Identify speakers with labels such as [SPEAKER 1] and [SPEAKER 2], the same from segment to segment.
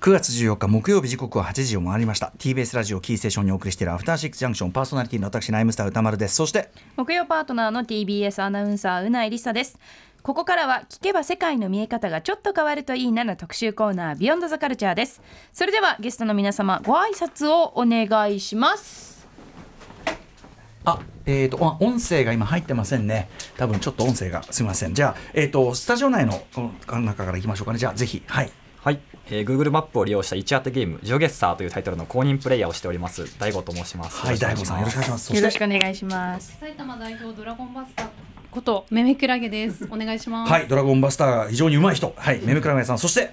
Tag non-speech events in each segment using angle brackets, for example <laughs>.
[SPEAKER 1] 9月14日木曜日時刻は8時を回りました TBS ラジオキーステーションにお送りしているアフターシックスジャンクションパーソナリティの私ライムスター歌丸ですそして
[SPEAKER 2] 木曜パートナーの TBS アナウンサーうないりさですここからは聞けば世界の見え方がちょっと変わるといいなの特集コーナービヨンドザカルチャーですそれではゲストの皆様ご挨拶をお願いします
[SPEAKER 1] あえーと、と音声が今入ってませんね多分ちょっと音声がすみませんじゃあ、えーと、とスタジオ内の中からいきましょうかねじゃあぜひはい
[SPEAKER 3] はい、えー、Google マップを利用した一当てゲーム「ジョゲッサー」というタイトルの公認プレイヤーをしております大悟と申します
[SPEAKER 1] はい大悟さんよろしくお願いします
[SPEAKER 2] よろしくお願いします
[SPEAKER 4] 埼玉代表ドラゴンバスターことメメクラゲですお願いします
[SPEAKER 1] はいドラゴンバスター非常に上手い人はいメメクラゲさんそして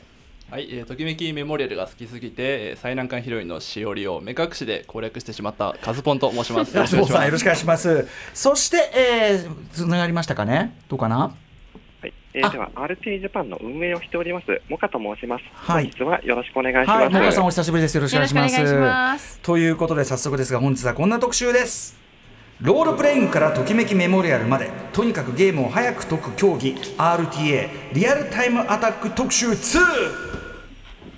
[SPEAKER 5] はい、えー、ときめきメモリアルが好きすぎて、えー、最難関ヒロインのしおりを目隠しで攻略してしまった <laughs> カズポンと申します。
[SPEAKER 1] カズポンさんよろしくお願いします。そして、えー、つながりましたかね。どうかな。
[SPEAKER 6] はい、えー、では RT ジャパンの運営をしておりますモカと申します。はい。本日はよろしくお願いします。はい、
[SPEAKER 1] モカさんお久しぶりです。よろしくお願いします。
[SPEAKER 2] とい,ます
[SPEAKER 1] ということで早速ですが本日はこんな特集です。ロールプレイングからときめきメモリアルまでとにかくゲームを早く解く競技 RTA リアルタイムアタック特集2。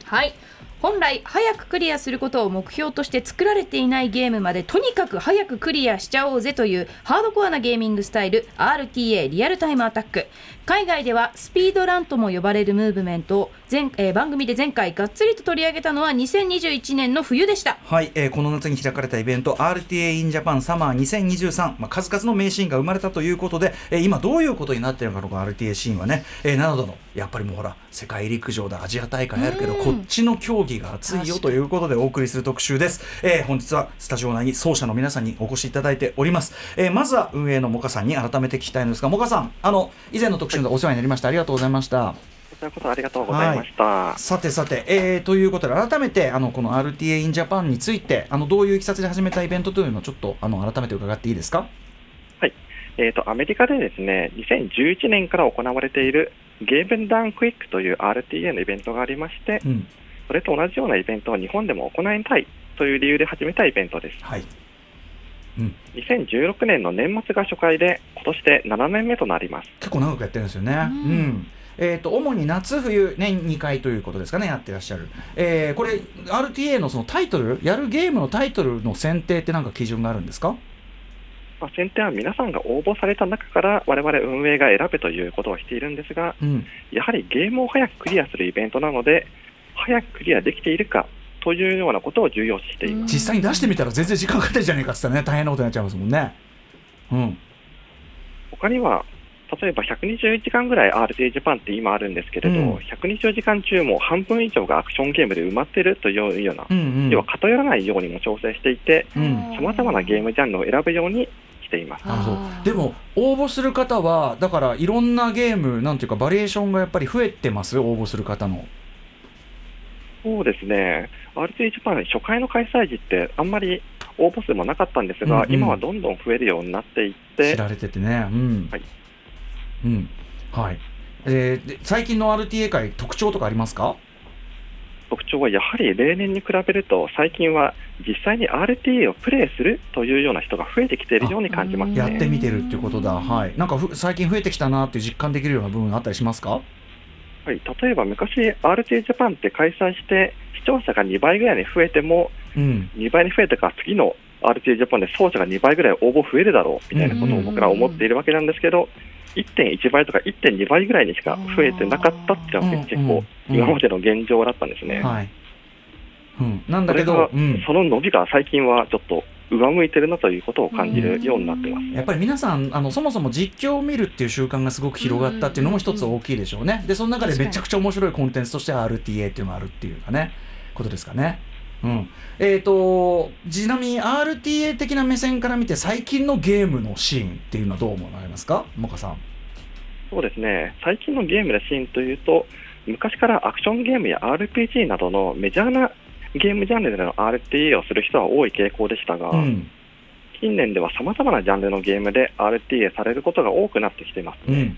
[SPEAKER 2] はい本来早くクリアすることを目標として作られていないゲームまでとにかく早くクリアしちゃおうぜというハードコアなゲーミングスタイル RTA リアルタイムアタック海外ではスピードランとも呼ばれるムーブメントを前、えー、番組で前回がっつりと取り上げたのは2021年の冬でした
[SPEAKER 1] はい、えー、この夏に開かれたイベント RTA in Japan Summer 2023、まあ、数々の名シーンが生まれたということで、えー、今どういうことになってるのかの RTA シーンはね、えー、などのやっぱりもうほら世界陸上だアジア大会あるけどこっちの競技が熱いよということでお送りする特集です、えー、本日はスタジオ内に奏者の皆さんにお越しいただいております、えー、まずは運営のモカさんに改めて聞きたいんですがモカさんあの以前の特集でお世話になりました、はい、ありがとうございました、
[SPEAKER 6] こちらこそありがとうございました、はい
[SPEAKER 1] さてさて、えー、ということで改めてあのこの RTA in Japan についてあのどういういきさつで始めたイベントというのをちょっとあの改めて伺っていいですか
[SPEAKER 6] はいえーと、とアメリカでですね2011年から行われているゲームダウンクイックという RTA のイベントがありまして、うん、それと同じようなイベントを日本でも行いたいという理由で始めたイベントです。はいうん、2016年の年末が初回で、今年で7年目となります
[SPEAKER 1] 結構長くやってるんですよね。うん、うんえーと、と主に夏冬年2回ということですかねやってらっしゃる、えー、これ RTA のそのタイトルやるゲームのタイトルの選定って何か基準があるんですか
[SPEAKER 6] まあ、選定は皆さんが応募された中から我々運営が選べということをしているんですが、うん、やはりゲームを早くクリアするイベントなので早くクリアできているかというようなことを重要視しています
[SPEAKER 1] 実際に出してみたら全然時間かかってるじゃないかってね大変なことになっちゃいますもんね。うん、
[SPEAKER 6] 他には例えば120時間ぐらい RTA ジャパンって今あるんですけれど、うん、120時間中も半分以上がアクションゲームで埋まっているというような、うんうん、要は偏らないようにも調整していてさまざまなゲームジャンルを選ぶようにしています。
[SPEAKER 1] でも応募する方はだからいろんなゲームなんていうかバリエーションがやっぱり増えてます応募する方の。
[SPEAKER 6] そうですね、RTA ジャパン、初回の開催時って、あんまり応募数もなかったんですが、うんうん、今はどんどん増えるようになっていって、
[SPEAKER 1] 知られててね、うん、はいうんはいえー、最近の RTA 界、特徴とかありますか
[SPEAKER 6] 特徴はやはり例年に比べると、最近は実際に RTA をプレイするというような人が増えてきているように感じます、ね、
[SPEAKER 1] やってみてるっていうことだ、はい、なんか最近増えてきたなって実感できるような部分があったりしますか
[SPEAKER 6] はい、例えば昔、RTA ジャパンって開催して、視聴者が2倍ぐらいに増えても、うん、2倍に増えたから次の RTA ジャパンで奏者が2倍ぐらい応募増えるだろうみたいなことを僕らは思っているわけなんですけど、1.1倍とか1.2倍ぐらいにしか増えてなかったっていうのが結構、今までの現状だったんですね。はい
[SPEAKER 1] うん、なんだけど、
[SPEAKER 6] うん、その伸びが最近はちょっと上向いてるなということを感じるようになってます、
[SPEAKER 1] やっぱり皆さんあの、そもそも実況を見るっていう習慣がすごく広がったっていうのも一つ大きいでしょうね、でその中でめちゃくちゃ面白いコンテンツとして RTA っていうのがあるっていうかね、ことですかね。うんえーと、とちなみに RTA 的な目線から見て、最近のゲームのシーンっていうのはどう思われますか、モカさん。
[SPEAKER 6] そうですね最近のゲームのシーンというと、昔からアクションゲームや RPG などのメジャーなゲームジャンルでの RTA をする人は多い傾向でしたが、うん、近年ではさまざまなジャンルのゲームで RTA されることが多くなってきていますね。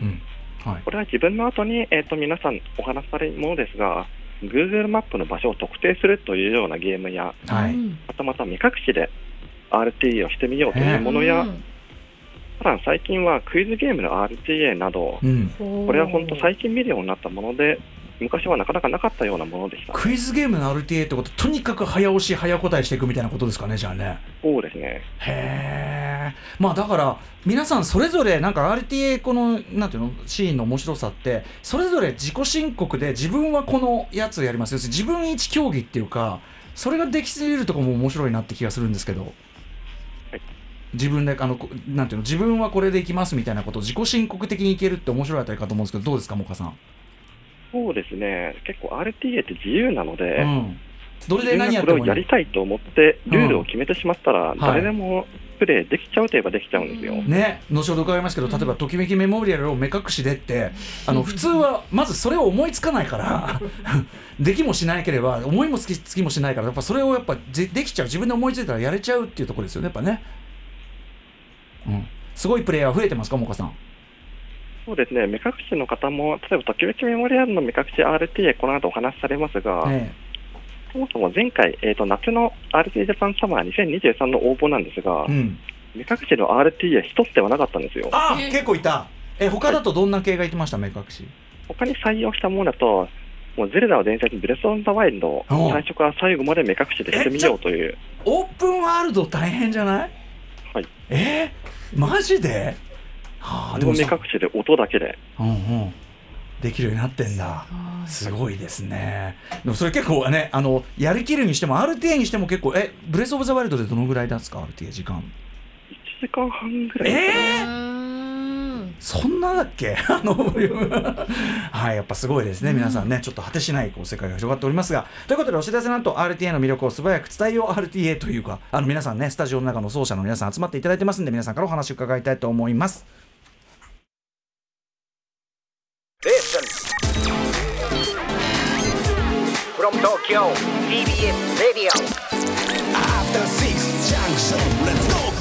[SPEAKER 6] うんうん、はい、これは自分の後に、えーと、と皆さんお話しされるものですが、Google マップの場所を特定するというようなゲームや、はい、またまた目隠しで RTA をしてみようというものや、さらに最近はクイズゲームの RTA など、これは本当最近見るようになったもので、昔はなかなかなかったようなものでした。
[SPEAKER 1] クイズゲームの RTA ってこととにかく早押し早答えしていくみたいなことですかねじゃあね
[SPEAKER 6] そうですね。
[SPEAKER 1] へえまあだから皆さんそれぞれなんか RTA このなんていうのシーンの面白さってそれぞれ自己申告で自分はこのやつやりますよ自分一競技っていうかそれができすぎるとこも面白いなって気がするんですけど、
[SPEAKER 6] はい
[SPEAKER 1] 自分であのこなんていうの自分はこれでいきますみたいなことを自己申告的にいけるって面白いあたりかと思うんですけどどうですかモカさん、
[SPEAKER 6] そうですね。結構 RTA って自由なので、
[SPEAKER 1] うん、どれ
[SPEAKER 6] 自
[SPEAKER 1] で
[SPEAKER 6] 分
[SPEAKER 1] 何やっ
[SPEAKER 6] がこ
[SPEAKER 1] ても
[SPEAKER 6] れ
[SPEAKER 1] い
[SPEAKER 6] を
[SPEAKER 1] い
[SPEAKER 6] やりたいと思って、ルールを決めてしまったら、
[SPEAKER 1] んはい
[SPEAKER 6] 誰でもプレイできちゃうといえばできちゃうんですよ。
[SPEAKER 4] うん
[SPEAKER 1] ね、後ほど伺いますけど例えば「ときめきメモリアル」を目隠しでってあの普通はまずそれを思いつかないから <laughs> できもしなければ思いもつきつきもしないからやっぱそれをやっぱでできちゃう自分で思いついたらやれちゃうっていうところですよねやっぱね、うん、すごいプレイヤー増えてますかもかさん
[SPEAKER 6] そうですね。目隠しの方も、例えば、ときめきメモリアルの目隠し RTA、この後お話しされますが、
[SPEAKER 1] ね
[SPEAKER 6] そもそも前回、えー、と夏の RTA ジャパンサマー2023の応募なんですが、
[SPEAKER 1] うん、
[SPEAKER 6] 目隠しの RTA 一つではなかったんですよ。
[SPEAKER 1] あ結構いたえ他だとどんな系がいてました目隠し
[SPEAKER 6] 他に採用したものだと、もうゼルダの伝説ブレスオンザワイルド、
[SPEAKER 1] おう
[SPEAKER 6] 最初から最後まで目隠しでしてみようという、
[SPEAKER 1] オープンワールド大変じゃない
[SPEAKER 6] はい
[SPEAKER 1] えー、マジでは
[SPEAKER 6] あれも目
[SPEAKER 1] さ
[SPEAKER 6] 隠しで音だけで、
[SPEAKER 1] うんうん、できるようになってんだ。すごいですね。でもそれ結構ね、あのやりきるにしても RTA にしても結構えブレスオブザワイルドでどのぐらいなんですか RTA 時間？
[SPEAKER 6] 1時間半ぐらいですかね、
[SPEAKER 1] えー、そんなだっけあの <laughs> ボリュームはいやっぱすごいですね皆さんねちょっと果てしないこう世界が広がっておりますがということでお知らせなんと RTA の魅力を素早く伝えよう RTA というかあの皆さんねスタジオの中の奏者の皆さん集まっていただいてますんで皆さんからお話を伺いたいと思います
[SPEAKER 7] from Tokyo, TBS Radio.
[SPEAKER 8] After Six Junction, let's go!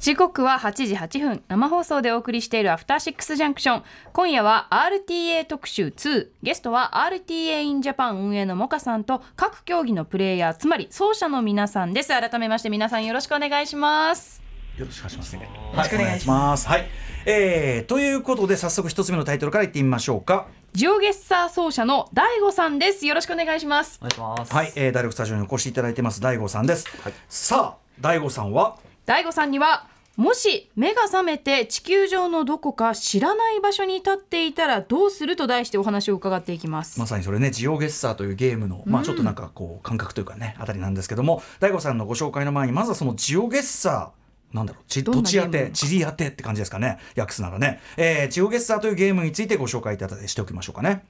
[SPEAKER 2] 時刻は8時8分生放送でお送りしているアフターシックスジャンクション今夜は RTA 特集2ゲストは RTA in Japan 運営のモカさんと各競技のプレイヤーつまり奏者の皆さんです改めまして皆さんよろしくお願いします
[SPEAKER 1] よろしくお願いします。はい、お願いします。はい、えー、ということで、早速一つ目のタイトルからいってみましょうか。
[SPEAKER 2] ジオゲッサー奏者の大悟さんですよろしくお願いします
[SPEAKER 3] お願いします。
[SPEAKER 1] はい、えー、ダイレクトスタジオにお越しいただいてます。大悟さんです。
[SPEAKER 3] はい
[SPEAKER 1] さあ、大悟さんは。
[SPEAKER 2] 大悟さんにはもし目が覚めて地球上のどこか知らない場所に立っていたらどうすると題してお話を伺っていきます
[SPEAKER 1] まさにそれね、ジオゲッサーというゲームの、まあ、ちょっとなんかこう感覚というかね、あたりなんですけども。大悟さんのご紹介の前に、まずはそのジオゲッサー。なんだろうち
[SPEAKER 2] どんな
[SPEAKER 1] 土地当
[SPEAKER 2] ゲームな
[SPEAKER 1] て、
[SPEAKER 2] の
[SPEAKER 1] 地理当てって感じですかね、訳すならね、えー、ジオゲッサーというゲームについてご紹介いただいてしておきましょうかね。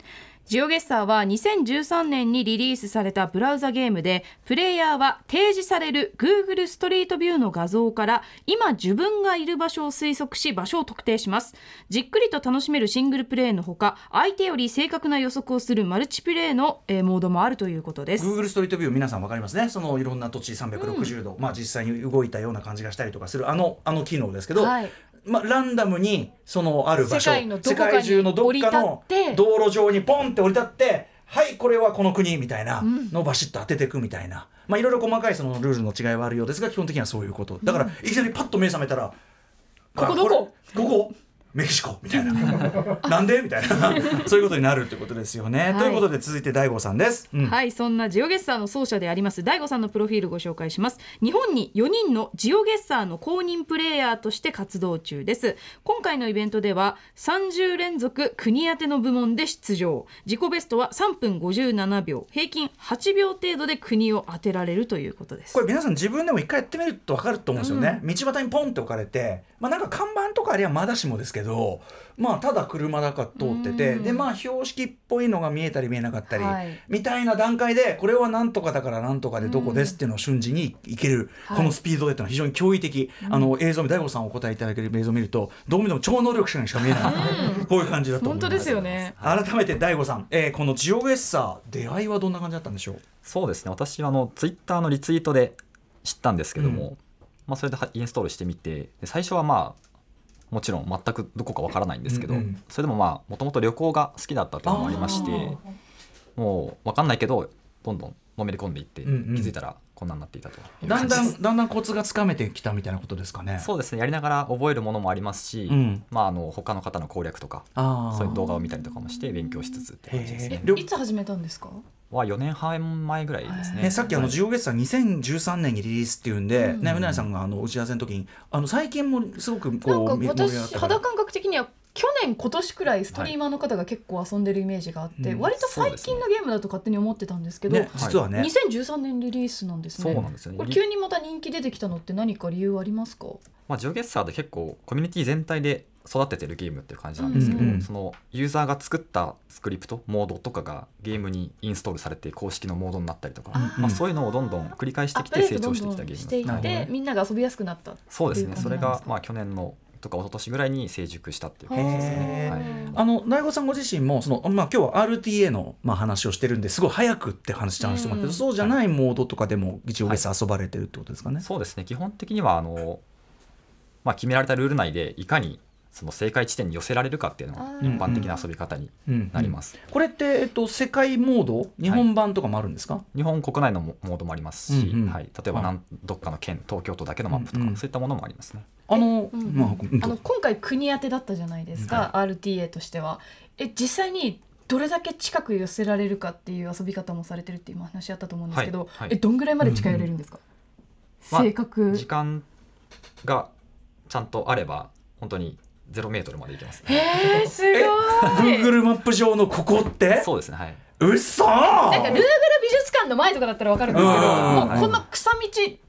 [SPEAKER 2] ジオゲッサーは2013年にリリースされたブラウザゲームでプレイヤーは提示される Google ストリートビューの画像から今自分がいる場所を推測し場所を特定しますじっくりと楽しめるシングルプレイのほか相手より正確な予測をするマルチプレイの、えーモードもあるということです
[SPEAKER 1] Google ストリートビュー皆さん分かりますねそのいろんな土地360度、まあ、実際に動いたような感じがしたりとかするあのあの機能ですけど、
[SPEAKER 2] はい
[SPEAKER 1] まあ、ランダムにそのある場所
[SPEAKER 2] 世界のどこかに
[SPEAKER 1] 世界中のどっかの
[SPEAKER 2] 降り立って
[SPEAKER 1] 道路上にポンって降り立ってはいこれはこの国みたいなのをバシッと当てていくみたいな、まあ、いろいろ細かいそのルールの違いはあるようですが基本的にはそういうことだからいきなりパッと目覚めたら「
[SPEAKER 2] ここ
[SPEAKER 1] あ
[SPEAKER 2] どこ
[SPEAKER 1] れここメキシコ」みたい
[SPEAKER 2] <laughs>
[SPEAKER 1] な「なんで?」みたいなそういうことになるってことですよね。
[SPEAKER 2] い
[SPEAKER 1] ということで続いて大悟さんです。うん
[SPEAKER 2] はいそんなジオゲッサーの奏者であります大悟さんのプロフィールご紹介します日本に4人のジオゲッサーの公認プレイヤーとして活動中です今回のイベントでは30連続国当ての部門で出場自己ベストは3分57秒平均8秒程度で国を当てられるということです
[SPEAKER 1] これ皆さん自分でも一回やってみると分かると思うんですよね、道端にポンって置かれて、まあ、なんか看板とかありゃまだしもですけど、まあ、ただ車だから通ってて、
[SPEAKER 2] うん
[SPEAKER 1] でまあ標識っぽいのが見えたり見えなかったり、
[SPEAKER 2] はい
[SPEAKER 1] みたいな段階でこれはなんとかだからなんとかでどこですっていうのを瞬時にいける、
[SPEAKER 2] はい
[SPEAKER 1] このスピードでっていうのは非常に驚異的、あの映像見大悟さんお答えいただける映像を見るとどう見ても超能力者にしか見え
[SPEAKER 2] <laughs>
[SPEAKER 1] ない、こういう感じだと思います
[SPEAKER 2] 本当ですよね
[SPEAKER 1] 改めて大悟さん、えーこのジオゲッサー出会いはどんな感じだったんでしょう
[SPEAKER 3] そうですね。私はあのツイッターのリツイートで知ったんですけども、まあそれではインストールしてみて、で最初はまあ。もちろん全くどこかわからないんですけど、
[SPEAKER 1] うんうん
[SPEAKER 3] それでもまあもともと旅行が好きだったというのもありましてもうわかんないけどどんどんのめり込んでいって、
[SPEAKER 1] うんうん
[SPEAKER 3] 気づいたらこんなんなっていたという
[SPEAKER 1] だん
[SPEAKER 3] 感じ
[SPEAKER 1] だ
[SPEAKER 3] です
[SPEAKER 1] んだんだんコツがつかめてきたみたいなことですかね。
[SPEAKER 3] そうですねやりながら覚えるものもありますし、
[SPEAKER 1] うん
[SPEAKER 3] まあ、あの他の方の攻略とか
[SPEAKER 1] あー
[SPEAKER 3] そういう動画を見たりとかもして勉強しつつって感じです
[SPEAKER 1] へ
[SPEAKER 3] ね
[SPEAKER 1] え。りょ
[SPEAKER 2] いつ始めたんですか
[SPEAKER 3] は4年半前ぐらいですね。
[SPEAKER 1] ね、さっきあの
[SPEAKER 3] はい
[SPEAKER 1] ジオゲスさん2013年にリリースっていうんで、ね、船井さんがあの打ち合わせの時にあの最近もすごく
[SPEAKER 2] な
[SPEAKER 1] こ
[SPEAKER 2] ん
[SPEAKER 1] う
[SPEAKER 2] か
[SPEAKER 1] み盛り上がっ
[SPEAKER 2] 私
[SPEAKER 1] たから
[SPEAKER 2] 肌感覚的には去年今年くらいストリーマーの方が結構遊んでるイメージがあって、
[SPEAKER 1] うん
[SPEAKER 2] 割と最近のゲームだと勝手に思ってたんですけど、
[SPEAKER 1] ね、実はね、
[SPEAKER 2] 2013年リリースなんです
[SPEAKER 3] そう
[SPEAKER 2] ね
[SPEAKER 3] なんですよ
[SPEAKER 2] こ
[SPEAKER 3] ね
[SPEAKER 2] れ。急にまた人気出てきたのって何か理由ありますか
[SPEAKER 3] まあ、ジオゲッサーで結構コミュニティ全体で育ててるゲームっていう感じなんですけど、
[SPEAKER 1] うんうん
[SPEAKER 3] そのユーザーが作ったスクリプトモードとかがゲームにインストールされて公式のモードになったりとか、
[SPEAKER 2] あ
[SPEAKER 1] ー
[SPEAKER 3] まあ、そういうのをどんどん繰り返してきて成長してきたゲ
[SPEAKER 2] し
[SPEAKER 3] ー
[SPEAKER 2] てい
[SPEAKER 3] ム
[SPEAKER 2] っ
[SPEAKER 3] なの
[SPEAKER 1] なるほど
[SPEAKER 2] て
[SPEAKER 1] ね
[SPEAKER 2] みんなが遊びやすくなった
[SPEAKER 3] そうです
[SPEAKER 2] っ
[SPEAKER 3] ね
[SPEAKER 2] ていう
[SPEAKER 3] それ
[SPEAKER 2] 感じなんです
[SPEAKER 3] が
[SPEAKER 2] か
[SPEAKER 3] まあ去年のとか一昨年ぐらいに成熟したっていう
[SPEAKER 1] へ
[SPEAKER 3] 感じですね。
[SPEAKER 1] え
[SPEAKER 3] はい
[SPEAKER 1] あの大悟さんご自身もその、まあ、今日は RTA の、まあ、話をしてるんですごい早くって話してましたけど、
[SPEAKER 2] うん
[SPEAKER 1] そうじゃないモードとかでもジオゲス遊ばれてるってことですかね。
[SPEAKER 3] そうですね基本的にはあの、まあ、決められたルール内でいかにその正解地点に寄せられるかっていうのが
[SPEAKER 2] あ
[SPEAKER 3] 一
[SPEAKER 2] ー
[SPEAKER 3] 般的な遊び方に
[SPEAKER 1] うん
[SPEAKER 3] なります、
[SPEAKER 1] これって、えっと、世界モード日本版とかもあるんですか、
[SPEAKER 3] 日本国内のモモードもありますし、
[SPEAKER 1] うんうん
[SPEAKER 3] はい、例えば
[SPEAKER 1] はい
[SPEAKER 3] なんどっかの県東京都だけのマップとか、
[SPEAKER 1] うんうん
[SPEAKER 3] そういったものもありますね
[SPEAKER 1] あの、
[SPEAKER 2] うんうん
[SPEAKER 1] まあうん
[SPEAKER 2] あの今回国当てだったじゃないですか、RTA としてはえ実際にどれだけ近く寄せられるかっていう遊び方もされてるって今話あったと思うんですけど、
[SPEAKER 3] はいはい
[SPEAKER 2] えどんぐらいまで近寄れるんですか、
[SPEAKER 3] うんうん
[SPEAKER 2] 正確、
[SPEAKER 3] 時間がちゃんとあれば本当に0メートルまで行けますね
[SPEAKER 2] えー、す
[SPEAKER 3] <laughs>
[SPEAKER 2] ごいなんか
[SPEAKER 1] Google マップ上のここって
[SPEAKER 3] そうですねはい
[SPEAKER 1] 嘘そ
[SPEAKER 2] ルーグル美術館の前とかだったらわかるんですけ
[SPEAKER 1] う
[SPEAKER 2] ど
[SPEAKER 1] ん
[SPEAKER 2] もうこんな草道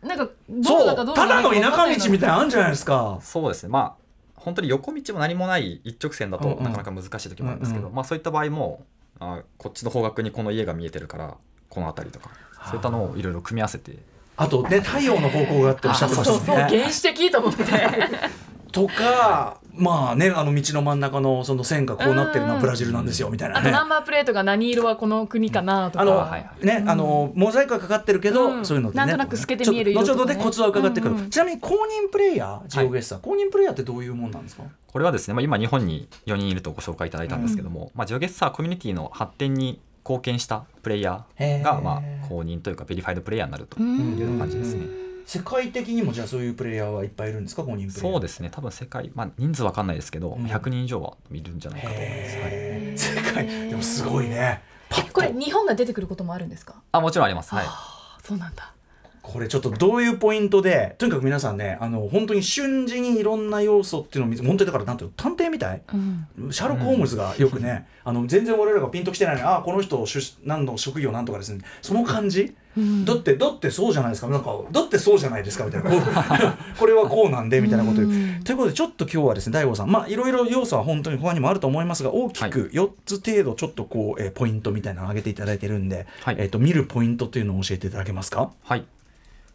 [SPEAKER 2] なんかど
[SPEAKER 1] そ
[SPEAKER 2] こだかど
[SPEAKER 1] う
[SPEAKER 2] こだ
[SPEAKER 1] た
[SPEAKER 2] か
[SPEAKER 1] だの田舎道み
[SPEAKER 2] い
[SPEAKER 1] たいなのあるんじゃないですか。
[SPEAKER 3] そうですねまあ本当に横道も何もない一直線だ
[SPEAKER 1] うん
[SPEAKER 3] と
[SPEAKER 1] うん
[SPEAKER 3] なかなか難しい時もあるんですけど、
[SPEAKER 1] うんう
[SPEAKER 3] まあ、そういった場合もあこっちの方角にこの家が見えてるからこの辺りとかそういったのをいろいろ組み合わせて
[SPEAKER 1] あとね太陽の方向があっておっしゃってま
[SPEAKER 2] そう
[SPEAKER 1] し
[SPEAKER 2] そう
[SPEAKER 1] たね。
[SPEAKER 2] 原始的と思
[SPEAKER 1] <laughs>
[SPEAKER 2] って
[SPEAKER 1] とかまあねあの道の真ん中のその線がこうなってるの
[SPEAKER 2] う
[SPEAKER 1] は
[SPEAKER 2] ん
[SPEAKER 1] ブラジルなんですよみたいな
[SPEAKER 2] あと
[SPEAKER 1] ね
[SPEAKER 2] ナ。ンバープレートが何色はこの国かなとか
[SPEAKER 1] あの
[SPEAKER 3] はいは
[SPEAKER 1] ね、あのモザイクがかかってるけど、
[SPEAKER 2] うん
[SPEAKER 1] そういうのってね
[SPEAKER 2] なんとなく透けて見える
[SPEAKER 1] ちょっと後
[SPEAKER 2] 色と
[SPEAKER 1] ほどで
[SPEAKER 2] かね
[SPEAKER 1] コツは伺ってくる、
[SPEAKER 2] うんうん
[SPEAKER 1] ちなみに公認プレイヤージオゲッサー、公認プレイヤーってどういうもんなんですか、
[SPEAKER 3] これはですね、まあ、今日本に4人いるとご紹介いただいたんですけども、まあ、ジオゲッサーコミュニティの発展に貢献したプレイヤー
[SPEAKER 1] へ
[SPEAKER 3] が
[SPEAKER 1] ー
[SPEAKER 3] まあ公認というかベリファイドプレイヤーになると
[SPEAKER 2] う
[SPEAKER 3] い
[SPEAKER 2] ん
[SPEAKER 3] うような感じですね。
[SPEAKER 1] 世界的にもじゃあそういうプレイヤーはいっぱいいるんですか公認プレイヤー
[SPEAKER 3] そうですね多分世界、まあ、人数わかんないですけど、
[SPEAKER 1] うん
[SPEAKER 3] 100人以上はいるんじゃないかと思います、はい、
[SPEAKER 1] へー世界でもすごいねパッと
[SPEAKER 2] これ日本が出てくることもあるんですか
[SPEAKER 3] あもちろんあります、はい、
[SPEAKER 2] あそうなんだ
[SPEAKER 1] これちょっとどういうポイントでとにかく皆さんねあの本当に瞬時にいろんな要素っていうのを見つ本当にだからなんていうの探偵みたい
[SPEAKER 2] うん
[SPEAKER 1] シャーロック・ホームズがよくね、あの全然我々がピンときてないのにああこの人出何の職業なんとかですねその感じ、だってだってそうじゃないですかなんかだってそうじゃないですかみたいなこうこれはこう <laughs> なんでみたいなこと言う。ということでちょっと今日はですね大悟さんまあいろいろ要素は本当に他にもあると思いますが大きく4つ程度ちょっとこう、えーポイントみたいなのを挙げていただいてるんで、
[SPEAKER 3] はい
[SPEAKER 1] えー、と見るポイントというのを教えていただけますか
[SPEAKER 3] はい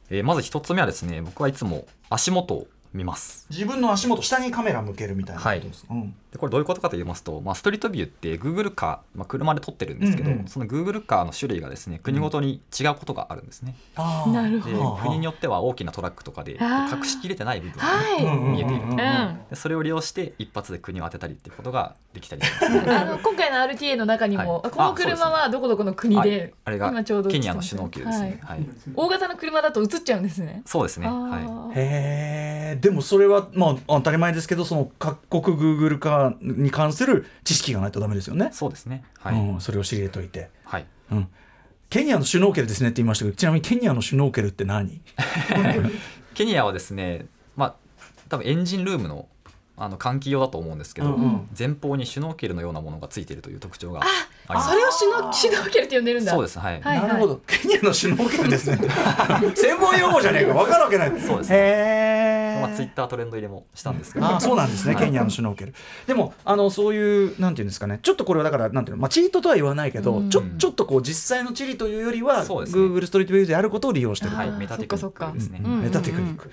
[SPEAKER 3] えーまず一つ目はですね僕はいつも足元を見ます
[SPEAKER 1] 自分の足元下にカメラ向けるみたいなことです、うん
[SPEAKER 3] でこれどういうことかと言いますと、まあ、ストリートビューって Google カー、まあ、車で撮ってるんですけど、
[SPEAKER 1] うんうん
[SPEAKER 3] その Google カーの種類がですね国ごとに違うことがあるんですね、
[SPEAKER 1] あー
[SPEAKER 2] なる
[SPEAKER 3] で
[SPEAKER 2] ほ
[SPEAKER 1] はあはあ
[SPEAKER 3] 国によっては大きなトラックとかで
[SPEAKER 2] あー
[SPEAKER 3] 隠しきれてない部分がね
[SPEAKER 2] はい、
[SPEAKER 1] うんうんうんうん
[SPEAKER 3] 見えていると
[SPEAKER 2] うん、あ
[SPEAKER 3] でそれを利用して一発で国を当てたりっていうことができたりし
[SPEAKER 2] <laughs>
[SPEAKER 3] ます、
[SPEAKER 2] の今回の RTA の中にも、
[SPEAKER 3] はい
[SPEAKER 2] この車はどこどこの国
[SPEAKER 3] は
[SPEAKER 2] で、
[SPEAKER 3] い、あれが
[SPEAKER 2] 今ちょうど映っ
[SPEAKER 3] ケ
[SPEAKER 2] て
[SPEAKER 3] ニアの
[SPEAKER 2] ます
[SPEAKER 3] シュノーケルですね、はい
[SPEAKER 2] はい大型の車だと映っちゃうんですね
[SPEAKER 3] そうですね、
[SPEAKER 2] あ
[SPEAKER 3] は
[SPEAKER 2] ー
[SPEAKER 1] へえでもそれはまあ当たり前ですけどその各国 Google 化に関する知識がないとダメですよね
[SPEAKER 3] い、、そうですねはい、
[SPEAKER 1] うん、それを知り得といて、
[SPEAKER 3] はい、
[SPEAKER 1] うん、ケニアのシュノーケルですねって言いましたけどちなみにケニアのシュノーケルって何
[SPEAKER 3] ケニアはですねまあ多分エンジンルームのあの換気用だと思うんですけど、
[SPEAKER 1] うんうん
[SPEAKER 3] 前方にシュノーケルのようなものがついているという特徴があります
[SPEAKER 2] それをシュノシュノーケルって呼んでるんだ
[SPEAKER 3] そうですはい、
[SPEAKER 2] はい
[SPEAKER 1] なるほどケニアのシュノーケルですね <laughs> 専門用語じゃねえか分かるわけない
[SPEAKER 3] そうです
[SPEAKER 1] へえ、
[SPEAKER 3] ねまあ、ツイッタートレンド入れもしたんですけど
[SPEAKER 1] あー <laughs> そうなんですね、
[SPEAKER 3] はい
[SPEAKER 1] ケニアのシュノーケル。でも、あのそういう、なんていうんですかね、ちょっとこれはだから、なんていうの、まあ、チートとは言わないけど、
[SPEAKER 2] うん
[SPEAKER 1] ちょちょっとこう、実際の地理というよりは、
[SPEAKER 3] そうですね
[SPEAKER 1] Google ストリートビューであることを利用してる、
[SPEAKER 3] はい
[SPEAKER 2] あー
[SPEAKER 3] メタテクニ
[SPEAKER 2] そっ
[SPEAKER 3] ッ
[SPEAKER 2] かそっか
[SPEAKER 3] クですね、
[SPEAKER 1] う
[SPEAKER 2] うんうん
[SPEAKER 1] んメタテクニック。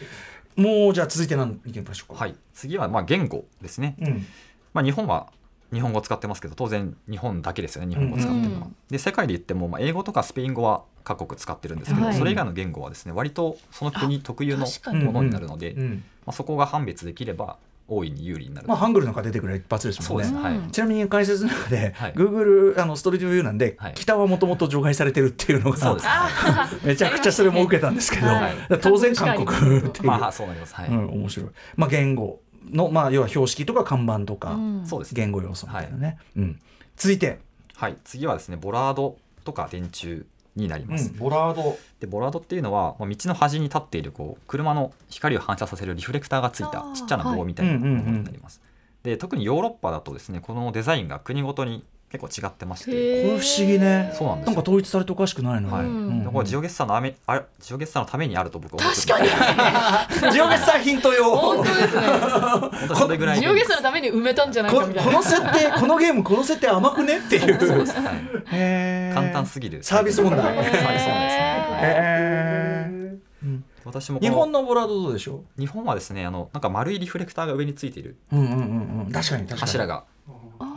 [SPEAKER 1] もうじゃあ、続いて何いきましょうか。
[SPEAKER 3] はいい次はまあ言語ですね、
[SPEAKER 1] うん
[SPEAKER 3] まあ、日本は日本語を使ってますけど当然日本だけですよね日本語を使ってるのは。
[SPEAKER 2] うん
[SPEAKER 3] で世界で言ってもまあ英語とかスペイン語は各国使ってるんですけど、
[SPEAKER 2] はい
[SPEAKER 3] それ以外の言語はですね割とその国特有の
[SPEAKER 2] 確か
[SPEAKER 1] に
[SPEAKER 3] ものになるので、
[SPEAKER 1] うん
[SPEAKER 3] まあ、そこが判別できれば大いに有利になる
[SPEAKER 1] まあ、ハングルなんか出てくる一発ですもんね。
[SPEAKER 3] そうですはい
[SPEAKER 1] ちなみに解説の中で、
[SPEAKER 3] はい
[SPEAKER 1] Google あのストリートビューなんで、
[SPEAKER 3] はい
[SPEAKER 1] 北はもともと除外されてるっていうの
[SPEAKER 3] そ
[SPEAKER 1] が
[SPEAKER 3] うですねはい
[SPEAKER 1] めちゃくちゃそれも受けたんですけど、
[SPEAKER 2] はい
[SPEAKER 1] だから当然韓国っていう、
[SPEAKER 3] まあそうなりますはい、
[SPEAKER 1] うん、面白い、まあ、言語の、まあ、要は標識とか看板とか、
[SPEAKER 2] うん
[SPEAKER 3] そうですね
[SPEAKER 1] 言語要素みたいなね、うん、続いて、
[SPEAKER 3] はい次はですねボラードとか電柱になります、
[SPEAKER 1] ボラード
[SPEAKER 3] でボラードっていうのは、まあ、道の端に立っているこう車の光を反射させるリフレクターがついた
[SPEAKER 4] あー
[SPEAKER 3] ちっちゃな棒みたいなものになります、で特にヨーロッパだとですねこのデザインが国ごとに結構違ってまして
[SPEAKER 1] これ不思議ね
[SPEAKER 3] そうなんです
[SPEAKER 1] なんか
[SPEAKER 3] よ
[SPEAKER 1] 統一されておかしくないの
[SPEAKER 3] はい
[SPEAKER 1] うん
[SPEAKER 3] でこれジオゲッサーのあめあジオゲッサーのためにあると僕は思って
[SPEAKER 2] 確かに
[SPEAKER 1] ジオゲッサーヒント用
[SPEAKER 2] 本当です
[SPEAKER 3] <laughs>
[SPEAKER 2] ね
[SPEAKER 3] 本当にそれぐらい
[SPEAKER 2] ジオゲスのために埋めたんじゃない
[SPEAKER 1] こ
[SPEAKER 2] かみたい
[SPEAKER 1] こ
[SPEAKER 2] な
[SPEAKER 1] の設定このゲームこの設定甘くねっていう
[SPEAKER 3] そうですはい
[SPEAKER 1] へー
[SPEAKER 3] 簡単すぎる
[SPEAKER 1] サービス問題
[SPEAKER 3] サービス問題ですねはい
[SPEAKER 1] へー
[SPEAKER 3] 私もこ
[SPEAKER 1] 日
[SPEAKER 3] の
[SPEAKER 1] 本のボラードどうでしょ
[SPEAKER 3] 日本はですねあのなんか丸いリフレクターが上についている
[SPEAKER 1] ううんうんうんうん確かに確かに
[SPEAKER 3] 柱が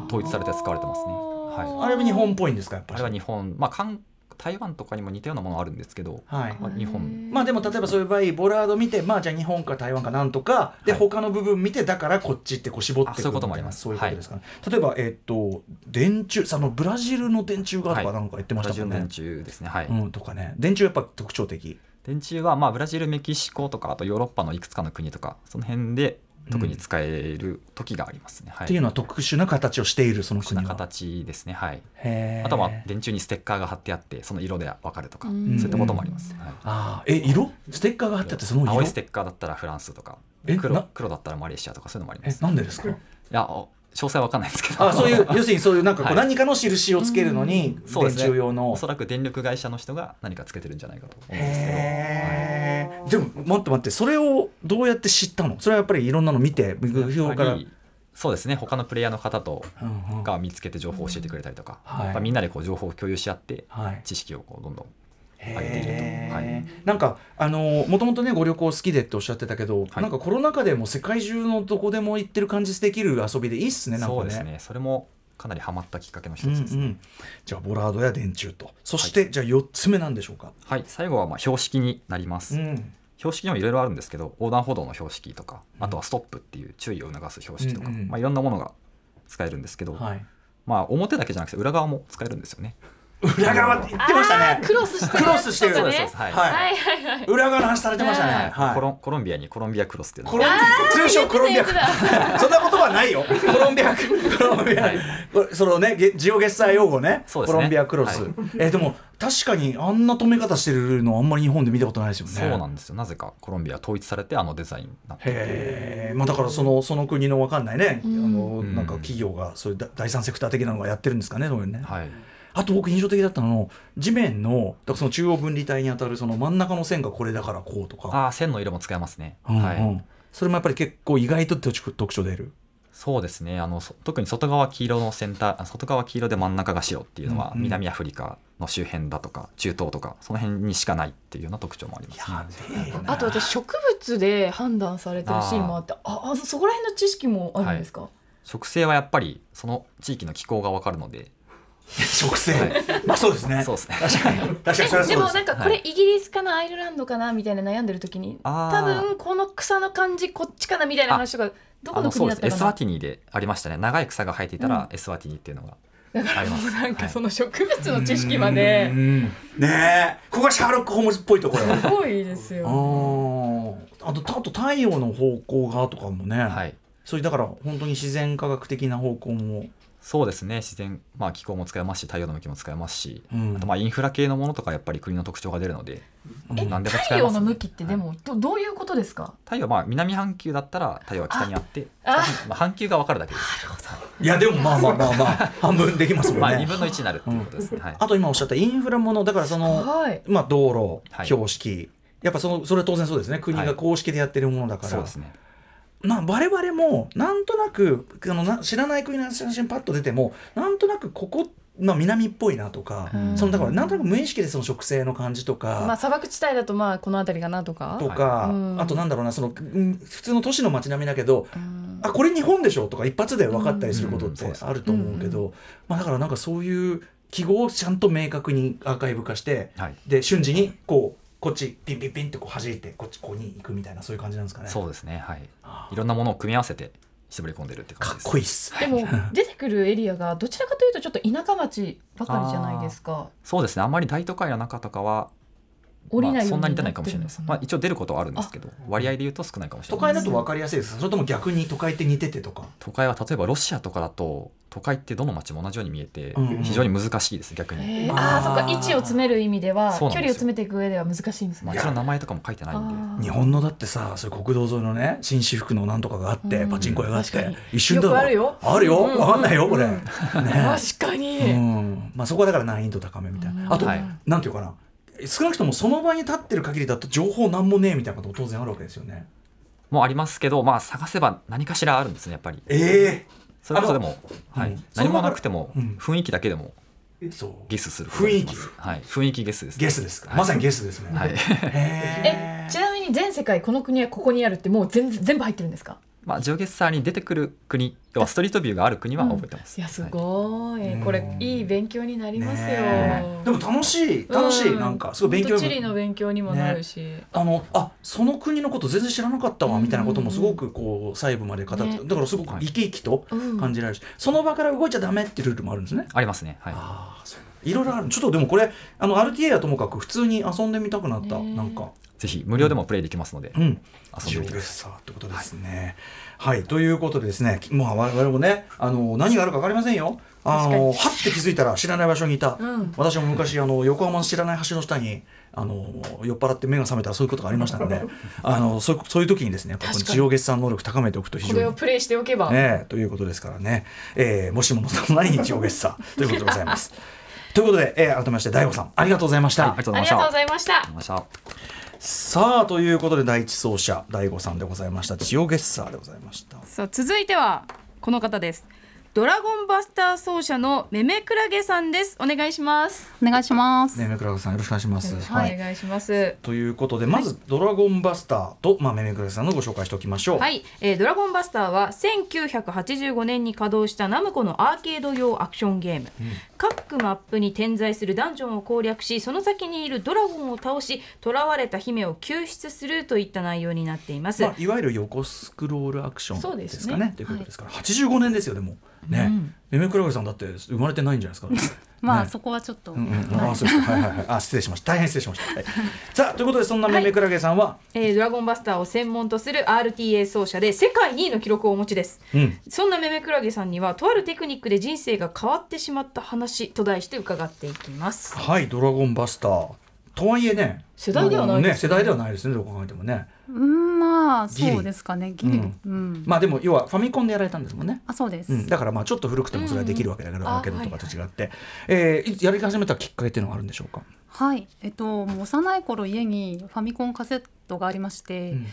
[SPEAKER 3] 統一されて使われてますねはい
[SPEAKER 1] あれは日本っぽいんですかやっぱ
[SPEAKER 3] あ
[SPEAKER 1] り
[SPEAKER 3] れは日本まあ韓台湾とかにも似たようなものあるんですけど、
[SPEAKER 1] はい
[SPEAKER 3] まあ、日本
[SPEAKER 1] まあでも例えばそういう場合ボラード見てまあじゃあ日本か台湾かなんとかで
[SPEAKER 3] はい
[SPEAKER 1] 他の部分見てだからこっちってこう絞ってく
[SPEAKER 3] あそういうこともあります
[SPEAKER 1] そういうことですかね例えばえっと電柱そのブラジルの電柱がとかなんか言ってま
[SPEAKER 3] ブ
[SPEAKER 1] し
[SPEAKER 3] ラ
[SPEAKER 1] た
[SPEAKER 3] ジ
[SPEAKER 1] も
[SPEAKER 3] ル
[SPEAKER 1] んね
[SPEAKER 3] の電柱ですねはい、
[SPEAKER 1] うんとかね電柱やっぱ特徴的
[SPEAKER 3] 電柱はまあブラジルメキシコとかあとヨーロッパのいくつかの国とかその辺で特に使える時がありますね、は
[SPEAKER 1] っていうのは特殊な形をしているその
[SPEAKER 3] 特殊な
[SPEAKER 1] 国は
[SPEAKER 3] 形ですねはい
[SPEAKER 1] へー
[SPEAKER 3] あとは電柱にステッカーが貼ってあってその色で分かるとか、
[SPEAKER 4] うん
[SPEAKER 3] そういったこともあります、はい
[SPEAKER 1] ああえ色ステッカーが貼ってあってその色
[SPEAKER 3] 青いステッカーだったらフランスとか
[SPEAKER 1] え
[SPEAKER 3] 黒
[SPEAKER 1] な
[SPEAKER 3] 黒だったらマレーシアとかそういうのもありま
[SPEAKER 1] え
[SPEAKER 3] す
[SPEAKER 1] なんでですか
[SPEAKER 3] いやお詳細は分かんないですけど
[SPEAKER 1] あそういう要するにそういうなんかこ
[SPEAKER 3] は
[SPEAKER 1] う
[SPEAKER 3] い
[SPEAKER 1] 何かの印をつけるのに
[SPEAKER 3] そう
[SPEAKER 1] 電
[SPEAKER 3] ですね
[SPEAKER 1] 柱用の、
[SPEAKER 3] おそらく電力会社の人が何かつけてるんじゃないかと思うんですけど、はい
[SPEAKER 1] へーでも待って待ってそれをどうやって知ったのそれはやっぱりいろんなの見て目標か
[SPEAKER 3] や
[SPEAKER 1] ら、
[SPEAKER 3] っぱ
[SPEAKER 1] うん
[SPEAKER 3] りそうですね他のプレイヤーの方と
[SPEAKER 1] うん
[SPEAKER 3] が見つけて情報を教えてくれたりとか、
[SPEAKER 1] はい
[SPEAKER 3] やっぱみんなでこう情報を共有し合って
[SPEAKER 1] はい
[SPEAKER 3] 知識をこうどんどん上げている
[SPEAKER 1] へ
[SPEAKER 3] と、は
[SPEAKER 1] ー
[SPEAKER 3] い、
[SPEAKER 1] なんかあのもともとねご旅行好きでっておっしゃってたけど、
[SPEAKER 3] い
[SPEAKER 1] なんかコロナ禍でも世界中のどこでも行ってる感じできる遊びでいいっすねなんかね
[SPEAKER 3] そうですねそれもかなりハマったきっかけの一つ
[SPEAKER 1] う
[SPEAKER 3] で
[SPEAKER 1] んう
[SPEAKER 3] すね、
[SPEAKER 1] ん、じゃあボラードや電柱とそして、じゃあ4つ目なんでしょうか、
[SPEAKER 3] はい最後はまあ標識になります、
[SPEAKER 1] うん、
[SPEAKER 3] 標識にもいろいろあるんですけど横断歩道の標識とかあとはストップっていう注意を促す標識とか、
[SPEAKER 1] うんうん
[SPEAKER 3] まあ、いろんなものが使えるんですけど、
[SPEAKER 1] はい
[SPEAKER 3] まあ表だけじゃなくて裏側も使えるんですよね。
[SPEAKER 1] 裏側って言ってましたね
[SPEAKER 2] クロスして
[SPEAKER 1] クロスしてる
[SPEAKER 2] そうです
[SPEAKER 3] そ
[SPEAKER 2] ね
[SPEAKER 3] うですはい
[SPEAKER 1] はい裏側の話されてましたね、はい
[SPEAKER 3] コロンコロンビアにコロンビアクロスっていうの
[SPEAKER 1] コ
[SPEAKER 3] が
[SPEAKER 1] ロン通称コロンビア <laughs>
[SPEAKER 2] 言ってた言って
[SPEAKER 1] そんな言葉ないよコロンビアクコロンビアこれそのねゲジオゲッサー用語ね
[SPEAKER 3] そうです
[SPEAKER 1] コ
[SPEAKER 3] ね
[SPEAKER 1] ロンビアクロス、
[SPEAKER 3] はい
[SPEAKER 1] えでも確かにあんな止め方してるのあんまり日本で見たことないですよね
[SPEAKER 3] そうなんですよなぜかコロンビアは統一されてあのデザインになって
[SPEAKER 1] へえまあだからそのその国のわかんないね、あの
[SPEAKER 3] ん
[SPEAKER 1] なんか企業がそういうだ第三セクター的なのがやってるんですかねそういうね、
[SPEAKER 3] はい
[SPEAKER 1] あと僕印象的だったのは地面のだからその中央分離帯に当たるその真ん中の線がこれだからこうとか、
[SPEAKER 3] ああ線の色も使えますね、
[SPEAKER 1] うんうん
[SPEAKER 3] はい
[SPEAKER 1] それもやっぱり結構意外と特特徴出る
[SPEAKER 3] そうですねあのそ特に外側黄色のセンターあ外側黄色で真ん中が白っていうのは
[SPEAKER 1] うんうん
[SPEAKER 3] 南アフリカの周辺だとか中東とかその辺にしかないっていうような特徴もあります、ね、
[SPEAKER 1] あ
[SPEAKER 9] あと私植物で判断されてるシーンもあってああそこら辺の知識もあるんですか、
[SPEAKER 3] 植生はやっぱりその地域の気候がわかるので
[SPEAKER 1] 植生、まあそうですね
[SPEAKER 3] そうですね
[SPEAKER 1] 確かに確かにそれは
[SPEAKER 9] えで
[SPEAKER 1] そう
[SPEAKER 9] も
[SPEAKER 1] です
[SPEAKER 9] なんかこれイギリスかなアイルランドかなみたいな悩んでる時に
[SPEAKER 3] あー
[SPEAKER 9] 多分この草の感じこっちかなみたいな話とか <laughs> どこ
[SPEAKER 3] あ
[SPEAKER 9] の
[SPEAKER 3] のそ
[SPEAKER 9] 国
[SPEAKER 3] う
[SPEAKER 9] だ
[SPEAKER 3] ですエ
[SPEAKER 9] ったか
[SPEAKER 3] スワ
[SPEAKER 9] な
[SPEAKER 3] ティニでありましたね長い草が生えていたらエスワティニっていうのがあります、
[SPEAKER 9] <laughs> なんか
[SPEAKER 3] はい
[SPEAKER 9] その植物の知識まで
[SPEAKER 1] うんねえここがシャーロック・ホームズっぽいところよ
[SPEAKER 9] すごいです
[SPEAKER 1] あ
[SPEAKER 9] よ。
[SPEAKER 1] ーあとあと太陽の方向がとかもね、
[SPEAKER 3] はい
[SPEAKER 1] そういうだから本当に自然科学的な方向も、
[SPEAKER 3] そうですね自然、まあ、気候も使えますし太陽の向きも使えますし、
[SPEAKER 1] うん
[SPEAKER 3] あとまあインフラ系のものとかやっぱり国の特徴が出るので、
[SPEAKER 1] うん
[SPEAKER 3] 何でも
[SPEAKER 9] 太
[SPEAKER 3] 使えま
[SPEAKER 9] 陽
[SPEAKER 3] す、
[SPEAKER 9] の
[SPEAKER 3] ね
[SPEAKER 9] 向、きってでもどどういうことですか
[SPEAKER 3] 太陽はまあ南半球だったら太陽は北にあって
[SPEAKER 9] あ
[SPEAKER 3] まあ、半球が分かるだけです、
[SPEAKER 1] いやでもまあまあまあまあ半分できますもんね、
[SPEAKER 3] まあ、2分の1になるっていうことですね、はい、
[SPEAKER 1] あと今おっしゃったインフラものだからその、
[SPEAKER 9] はい
[SPEAKER 1] まあ、道路
[SPEAKER 3] はい
[SPEAKER 1] 標識、やっぱそのそれは当然そうですね国が公式でやってるものだから、
[SPEAKER 3] そうですね
[SPEAKER 1] まあ、我々もなんとなくあのな知らない国の写真パッと出てもなんとなくここ、まあ、南っぽいなとか、
[SPEAKER 9] うん
[SPEAKER 1] そのだからなんとなく無意識でその植生の感じとか。
[SPEAKER 9] まあ砂漠地帯だとまあこの辺りかなとか
[SPEAKER 1] とか、
[SPEAKER 9] いうん
[SPEAKER 1] あとなんだろうなそのうん普通の都市の街並みだけど、
[SPEAKER 9] うん
[SPEAKER 1] あこれ日本でしょとか一発で分かったりすることっ
[SPEAKER 3] うん
[SPEAKER 1] て
[SPEAKER 3] うんそう
[SPEAKER 1] あると思うけど、まあ、だからなんかそういう記号をちゃんと明確にアーカイブ化して、
[SPEAKER 3] はい
[SPEAKER 1] で瞬時にこうこっちピンピンピンってこう弾いてこっちここに行くみたいなそういう感じなんですかね。
[SPEAKER 3] そうですねはい
[SPEAKER 1] あー
[SPEAKER 3] いろんなものを組み合わせて絞り込んでるって
[SPEAKER 1] か
[SPEAKER 3] 感じ
[SPEAKER 1] っ
[SPEAKER 3] です
[SPEAKER 1] こいいっす。
[SPEAKER 9] でも出てくるエリアがどちらかというとちょっと田舎町ばかりじゃないですか
[SPEAKER 3] そうですねあんまり大都会の中とかは
[SPEAKER 9] 降り
[SPEAKER 3] ま
[SPEAKER 9] な
[SPEAKER 3] あ、
[SPEAKER 9] いよ
[SPEAKER 3] そ
[SPEAKER 9] うんに
[SPEAKER 3] な
[SPEAKER 9] な
[SPEAKER 3] に出ない
[SPEAKER 9] ってる
[SPEAKER 3] か
[SPEAKER 9] の
[SPEAKER 3] もしれないです、まあ、一応出ることはあるんですけど割合で言うと少ないかもしれ
[SPEAKER 1] 都
[SPEAKER 3] な
[SPEAKER 1] 会
[SPEAKER 3] いで
[SPEAKER 1] だ
[SPEAKER 3] す
[SPEAKER 1] と分かりやすいです。それとも逆に都会って似ててとか。
[SPEAKER 3] 都会は例えばロシアとかだと都会ってどの町も同じように見えて
[SPEAKER 1] うんうん
[SPEAKER 3] 非常に難しいです逆に、
[SPEAKER 9] へーああそっ
[SPEAKER 1] あ
[SPEAKER 9] か
[SPEAKER 1] ー
[SPEAKER 9] 位置を詰める意味では
[SPEAKER 3] そ
[SPEAKER 9] 距
[SPEAKER 3] うなんで
[SPEAKER 9] 離
[SPEAKER 3] す
[SPEAKER 9] を
[SPEAKER 3] よ
[SPEAKER 9] 詰めていく上では難しいんですね
[SPEAKER 3] 町の名前とかも書いてないんで
[SPEAKER 9] あー
[SPEAKER 1] 日本のだってさそういう国道沿いのね紳士服のなんとかがあって、
[SPEAKER 9] うん
[SPEAKER 1] パチンコ屋があっ
[SPEAKER 9] 確か
[SPEAKER 1] て
[SPEAKER 9] に
[SPEAKER 1] 一瞬だ
[SPEAKER 9] よくあるよ
[SPEAKER 1] あるよ
[SPEAKER 9] うん
[SPEAKER 1] わかんないよこれ、
[SPEAKER 9] うん <laughs>
[SPEAKER 1] ね
[SPEAKER 9] 確かに、
[SPEAKER 1] うんまあ、そこはだから難易度高めみたいな、
[SPEAKER 9] うん
[SPEAKER 1] あと、
[SPEAKER 3] はい
[SPEAKER 1] なんていうかな少なくともその場に立ってる限りだと情報なんもねえみたいなことも当然あるわけですよね
[SPEAKER 3] もうありますけど、まあ、探せば何かしらあるんですねやっぱり
[SPEAKER 1] え
[SPEAKER 3] それこそでも、
[SPEAKER 1] あの
[SPEAKER 3] は
[SPEAKER 1] う
[SPEAKER 3] い
[SPEAKER 1] ん、
[SPEAKER 3] 何もなくても
[SPEAKER 1] その中で
[SPEAKER 3] 雰囲気だけでも
[SPEAKER 1] えそう
[SPEAKER 3] ゲスすることができます
[SPEAKER 1] 雰囲
[SPEAKER 3] はい、雰囲気ゲスです、
[SPEAKER 1] ゲスですか、
[SPEAKER 3] はい
[SPEAKER 1] まさにゲスですね、
[SPEAKER 3] はい <laughs>
[SPEAKER 1] へ
[SPEAKER 9] えちなみに全世界この国はここにあるってもう全全部入ってるんですか
[SPEAKER 3] まあ、ジオゲッサーに出てくる国要はストリートビューがある国は覚えてます、
[SPEAKER 9] いやす
[SPEAKER 3] は
[SPEAKER 9] ごい、
[SPEAKER 1] うん
[SPEAKER 9] これいい勉強になりますよ、
[SPEAKER 1] ねえでも楽しい楽しい、
[SPEAKER 9] う
[SPEAKER 1] なんかすごい勉強
[SPEAKER 9] ほ
[SPEAKER 1] に
[SPEAKER 9] んと地理の勉強にもなるし、
[SPEAKER 1] あのあその国のこと全然知らなかったわ
[SPEAKER 9] うん
[SPEAKER 1] みたいなこともすごくこう細部まで語って、
[SPEAKER 9] ね
[SPEAKER 1] だからすごく生き生きと
[SPEAKER 9] うん
[SPEAKER 1] 感じられるし、その場から動いちゃダメっていうルールもあるんですね。
[SPEAKER 3] ありますねはい
[SPEAKER 1] あーそういろいろあるちょっとでもこれあの RTA はともかく普通に遊んでみたくなった、
[SPEAKER 9] ね
[SPEAKER 1] なんか
[SPEAKER 3] ぜひ無料でもプレイできますので、
[SPEAKER 1] うん
[SPEAKER 3] 遊んでみて
[SPEAKER 1] ジ
[SPEAKER 3] く
[SPEAKER 1] オ
[SPEAKER 3] だ
[SPEAKER 1] ゲッ
[SPEAKER 3] さい
[SPEAKER 1] サーってことですね。はい、ということでですね、きまあ、我々もねあの何があるか分かりませんよ。あ
[SPEAKER 9] 確か
[SPEAKER 1] の
[SPEAKER 9] に
[SPEAKER 1] はって気づいたら知らない場所にいた、
[SPEAKER 9] うん
[SPEAKER 1] 私も昔あの横浜の知らない橋の下にあの酔っ払って目が覚めたらそういうことがありましたの
[SPEAKER 3] <laughs>
[SPEAKER 1] であのそういうそういう時にですねやっぱこの
[SPEAKER 9] 確かに
[SPEAKER 1] ジオゲッサー能力高めておくと非
[SPEAKER 9] こ
[SPEAKER 1] 常
[SPEAKER 9] れを
[SPEAKER 1] に。
[SPEAKER 9] プレイしておけば、
[SPEAKER 1] ねえということですからね、えーもしものそのない日曜月
[SPEAKER 3] <laughs>
[SPEAKER 1] さということでございます。ということで、えー改めまして大悟さんありがとうございました。
[SPEAKER 3] はい、ありがとう
[SPEAKER 9] あ
[SPEAKER 3] ございま
[SPEAKER 9] り
[SPEAKER 3] した
[SPEAKER 9] がと
[SPEAKER 3] あ
[SPEAKER 9] うございました
[SPEAKER 3] りがとうございました
[SPEAKER 1] さあということで第一走者大悟さんでございました千代月さでございました。
[SPEAKER 2] さあ続いてはこの方ですドラゴンバスター奏者のめめくらげさんですお願いします
[SPEAKER 4] お願いします。
[SPEAKER 1] ねめくらさんよろしくお願いします。
[SPEAKER 2] はい、お願いします
[SPEAKER 1] ということでまず「ドラゴンバスターと」まあ、めめくらさんのご紹介しておきましょう。
[SPEAKER 2] はい、えードラゴンバスターは1985年に稼働したナムコのアーケード用アクションゲーム、各マップに点在するダンジョンを攻略しその先にいるドラゴンを倒し囚われた姫を救出するといった内容になっています、
[SPEAKER 1] まあ、いわゆる横スクロールアクショ
[SPEAKER 9] そう
[SPEAKER 1] ンで
[SPEAKER 9] ですね
[SPEAKER 1] すかねということですから、85年ですよでもね、めめくらげさんだって生まれてないんじゃないですか
[SPEAKER 4] まあ、
[SPEAKER 1] ね
[SPEAKER 4] そこはちょっと、
[SPEAKER 1] うんうん、あそうですかはいはいはいあ失礼しました大変失礼しました、はい、さあということでそんなめめくらげさんは、
[SPEAKER 2] えードラゴンバスターを専門とする RTA 奏者で世界2位の記録をお持ちです、
[SPEAKER 1] うん
[SPEAKER 2] そんなめめくらげさんにはとあるテクニックで人生が変わってしまった話と題して伺っていきます
[SPEAKER 1] はい「ドラゴンバスター」とはいえね
[SPEAKER 9] 世代ではないですね
[SPEAKER 1] ね世代ではないですねどう考えてもね
[SPEAKER 4] うん、まあ、
[SPEAKER 1] ギリ
[SPEAKER 4] そうですかね、ギリ、
[SPEAKER 1] うん
[SPEAKER 4] うん、
[SPEAKER 1] まあでも要はファミコンでやられたんですもんね
[SPEAKER 4] あ、そうです。
[SPEAKER 1] うん、だからまあちょっと古くてもそれはできるわけだけど、
[SPEAKER 9] うんうん
[SPEAKER 1] アーケードとかと違って、えーいつやり始めたきっかけっていうのがあるんでしょうか、
[SPEAKER 4] はい、えっと、もう幼い頃家にファミコンカセットがありまして、
[SPEAKER 1] うん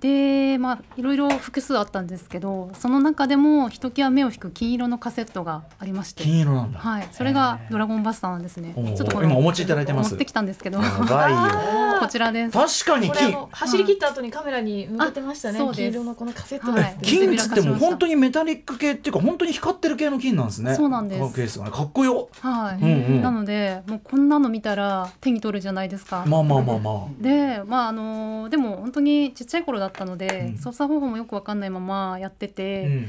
[SPEAKER 4] で、まあ、いろいろ複数あったんですけど、その中でもひときわ目を引く金色のカセットがありまして。
[SPEAKER 1] 金色なんだ、
[SPEAKER 4] はい、それがドラゴンバスターなんですね。
[SPEAKER 1] おー
[SPEAKER 4] ちょっとこれ
[SPEAKER 1] 今お持ちいただいてます
[SPEAKER 4] 持ってきたんです
[SPEAKER 1] <laughs>
[SPEAKER 4] けど、
[SPEAKER 1] や
[SPEAKER 4] こ
[SPEAKER 1] ばいよ
[SPEAKER 4] ちらです。
[SPEAKER 1] 確かに
[SPEAKER 9] これあ
[SPEAKER 1] 金
[SPEAKER 9] の走り切った後にカメラに向けてましたね
[SPEAKER 4] あそう
[SPEAKER 9] 黄
[SPEAKER 4] です
[SPEAKER 9] 色のこのカセット
[SPEAKER 4] は
[SPEAKER 9] で
[SPEAKER 4] い
[SPEAKER 9] す
[SPEAKER 1] 金っつっても本当にメタリック系っていうか本当に光ってる系の金なんですね
[SPEAKER 4] そうなんです
[SPEAKER 1] このケースがねかっこよ
[SPEAKER 4] はい、
[SPEAKER 1] うんうん
[SPEAKER 4] なので、もうこんなの見たら手に取るじゃないですか。
[SPEAKER 1] まあまあまあまあ
[SPEAKER 4] でまああのでも本当にちっちゃい頃だったので、
[SPEAKER 1] うん
[SPEAKER 4] 操作方法もよくわかんないままやって
[SPEAKER 1] う
[SPEAKER 4] て、
[SPEAKER 1] ん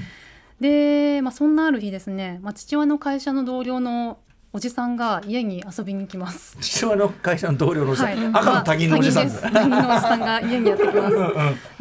[SPEAKER 4] で、まあ、そんなある日ですね、まあ、父親の会社の同僚のおじさんが家に遊びに来ます。
[SPEAKER 1] 父親の会社の同僚のおじさん、
[SPEAKER 4] はい
[SPEAKER 1] 赤の他人のおじさん、
[SPEAKER 4] まあ他人です他人のおじさんが家にやってきます。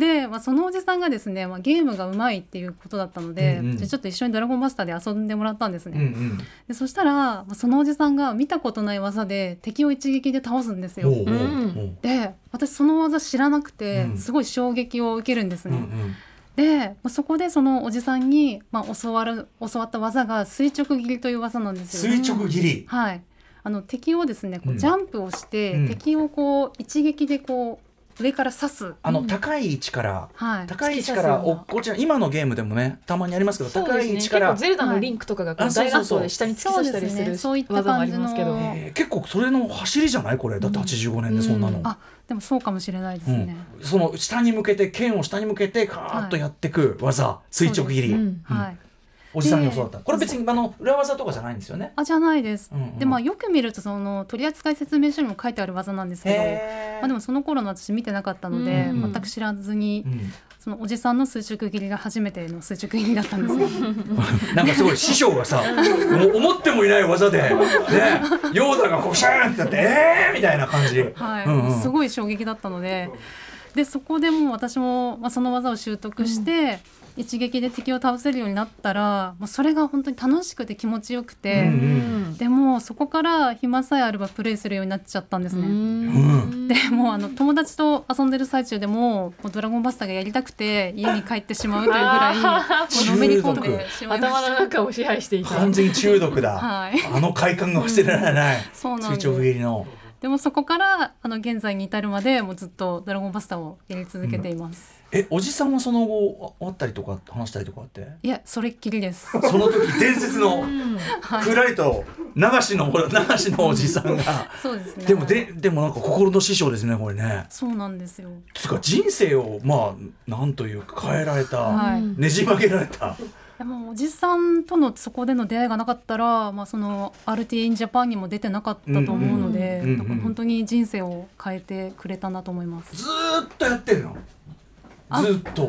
[SPEAKER 4] で、まあ、そのおじさんがですね、まあ、ゲームがうまいっていうことだったので、
[SPEAKER 1] うんうん
[SPEAKER 4] じゃあちょっと一緒に「ドラゴンバスター」で遊んでもらったんですね。
[SPEAKER 1] うんうん
[SPEAKER 4] でそしたら、まあそのおじさんが見たことない技で敵を一撃で倒すんです
[SPEAKER 1] おう
[SPEAKER 4] よ。
[SPEAKER 1] おうおう
[SPEAKER 2] う
[SPEAKER 4] で私その技知らなくて、
[SPEAKER 1] うん
[SPEAKER 4] すごい衝撃を受けるんです
[SPEAKER 1] うんう
[SPEAKER 4] ね。
[SPEAKER 1] ん
[SPEAKER 4] で、まあ、そこでそのおじさんに、まあ、教わる教わった技が垂直斬りという技なんですよ。
[SPEAKER 1] 垂直切り、
[SPEAKER 4] はい、あの敵をですねこ
[SPEAKER 1] うん
[SPEAKER 4] うジャンプをして、
[SPEAKER 1] うん
[SPEAKER 4] 敵をこう一撃でこう上から刺す、
[SPEAKER 1] あの高い位置から
[SPEAKER 4] はい、
[SPEAKER 1] 高い位置から落っこちない今のゲームでもねたまにありますけど
[SPEAKER 9] そう
[SPEAKER 1] 高
[SPEAKER 9] です
[SPEAKER 1] い位
[SPEAKER 9] ね
[SPEAKER 1] 置
[SPEAKER 9] 結
[SPEAKER 1] から
[SPEAKER 9] 構ゼルダのリンクとかがこ
[SPEAKER 1] はい
[SPEAKER 9] う
[SPEAKER 1] あそう
[SPEAKER 9] 大
[SPEAKER 1] そうそう
[SPEAKER 9] 乱闘で下に突き刺したりす
[SPEAKER 4] そうで
[SPEAKER 9] る
[SPEAKER 4] すねそういった
[SPEAKER 9] 技もありますけど、
[SPEAKER 4] 感じの
[SPEAKER 9] え
[SPEAKER 1] えー結構それの走りじゃないこれだって85年でそんなの、
[SPEAKER 9] うん
[SPEAKER 4] あでもそうかもしれないです
[SPEAKER 1] う
[SPEAKER 4] ね。
[SPEAKER 1] んその下に向けて剣を下に向けてカーッとやってく技、垂直切り、
[SPEAKER 9] うん
[SPEAKER 4] はい
[SPEAKER 1] おじさん予想だった、これ別にあの裏技とかじゃないんですよね。
[SPEAKER 4] あじゃないです、
[SPEAKER 1] うんうん
[SPEAKER 4] でまあよく見るとその取扱説明書にも書いてある技なんですけど、
[SPEAKER 1] へ
[SPEAKER 4] まあ、でもその頃の私見てなかったので、
[SPEAKER 1] うん
[SPEAKER 4] 全く知らずに、
[SPEAKER 1] うん
[SPEAKER 4] そのおじさんの垂直切りが初めての垂直切りだったんですよ
[SPEAKER 1] なんかすごい師匠がさもう思ってもいない技でねヨーダがこうシャーンってやってえーみたいな感じ。
[SPEAKER 4] はい、
[SPEAKER 1] うんうん
[SPEAKER 4] すごい衝撃だったのででそこでもう私も、まあ、その技を習得して、一撃で敵を倒せるようになったらもうそれが本当に楽しくて気持ちよく
[SPEAKER 1] うんう
[SPEAKER 4] て、
[SPEAKER 1] ん
[SPEAKER 4] でもうそこから暇さえあればプレイするようになっちゃったんですね。
[SPEAKER 9] <laughs>
[SPEAKER 1] うん
[SPEAKER 4] でもうあの友達と遊んでる最中でももうドラゴンバスターがやりたくて家に帰ってしまうとい
[SPEAKER 1] <laughs>
[SPEAKER 4] うぐらいもうのめり込んで
[SPEAKER 9] <laughs>
[SPEAKER 4] しまいま
[SPEAKER 9] 頭
[SPEAKER 4] し
[SPEAKER 9] の中を支配していた
[SPEAKER 1] 完全に中毒
[SPEAKER 4] た。
[SPEAKER 1] だ。
[SPEAKER 4] はい、
[SPEAKER 1] あの快感が忘れられない。
[SPEAKER 4] そうな
[SPEAKER 1] 水
[SPEAKER 4] んです
[SPEAKER 1] 長不。義理の。
[SPEAKER 4] でもそこからあの現在に至るまでもうずっとドラゴンバスターをやり続けています。
[SPEAKER 1] えおじさんはその後あ会ったりとか話したりとかって。
[SPEAKER 4] いやそれっきりです。
[SPEAKER 1] その時伝説の
[SPEAKER 4] はい
[SPEAKER 1] ふらりと流しの流しのおじさんが。
[SPEAKER 4] そうですね。
[SPEAKER 1] でもででもなんか心の師匠ですねこれね。
[SPEAKER 4] そうなんですよ。
[SPEAKER 1] つうか人生をまあなんというか変えられた、
[SPEAKER 4] はい。
[SPEAKER 1] ねじ曲げられた。
[SPEAKER 4] でもおじさんとのそこでの出会いがなかったら、まあ、その RTA in Japan にも出てなかったと思うので、
[SPEAKER 1] うんうんうんうん
[SPEAKER 4] だから本当に人生を変えてくれたなと思います、
[SPEAKER 1] ずーっとやってるの。
[SPEAKER 4] あ
[SPEAKER 1] ずーっと。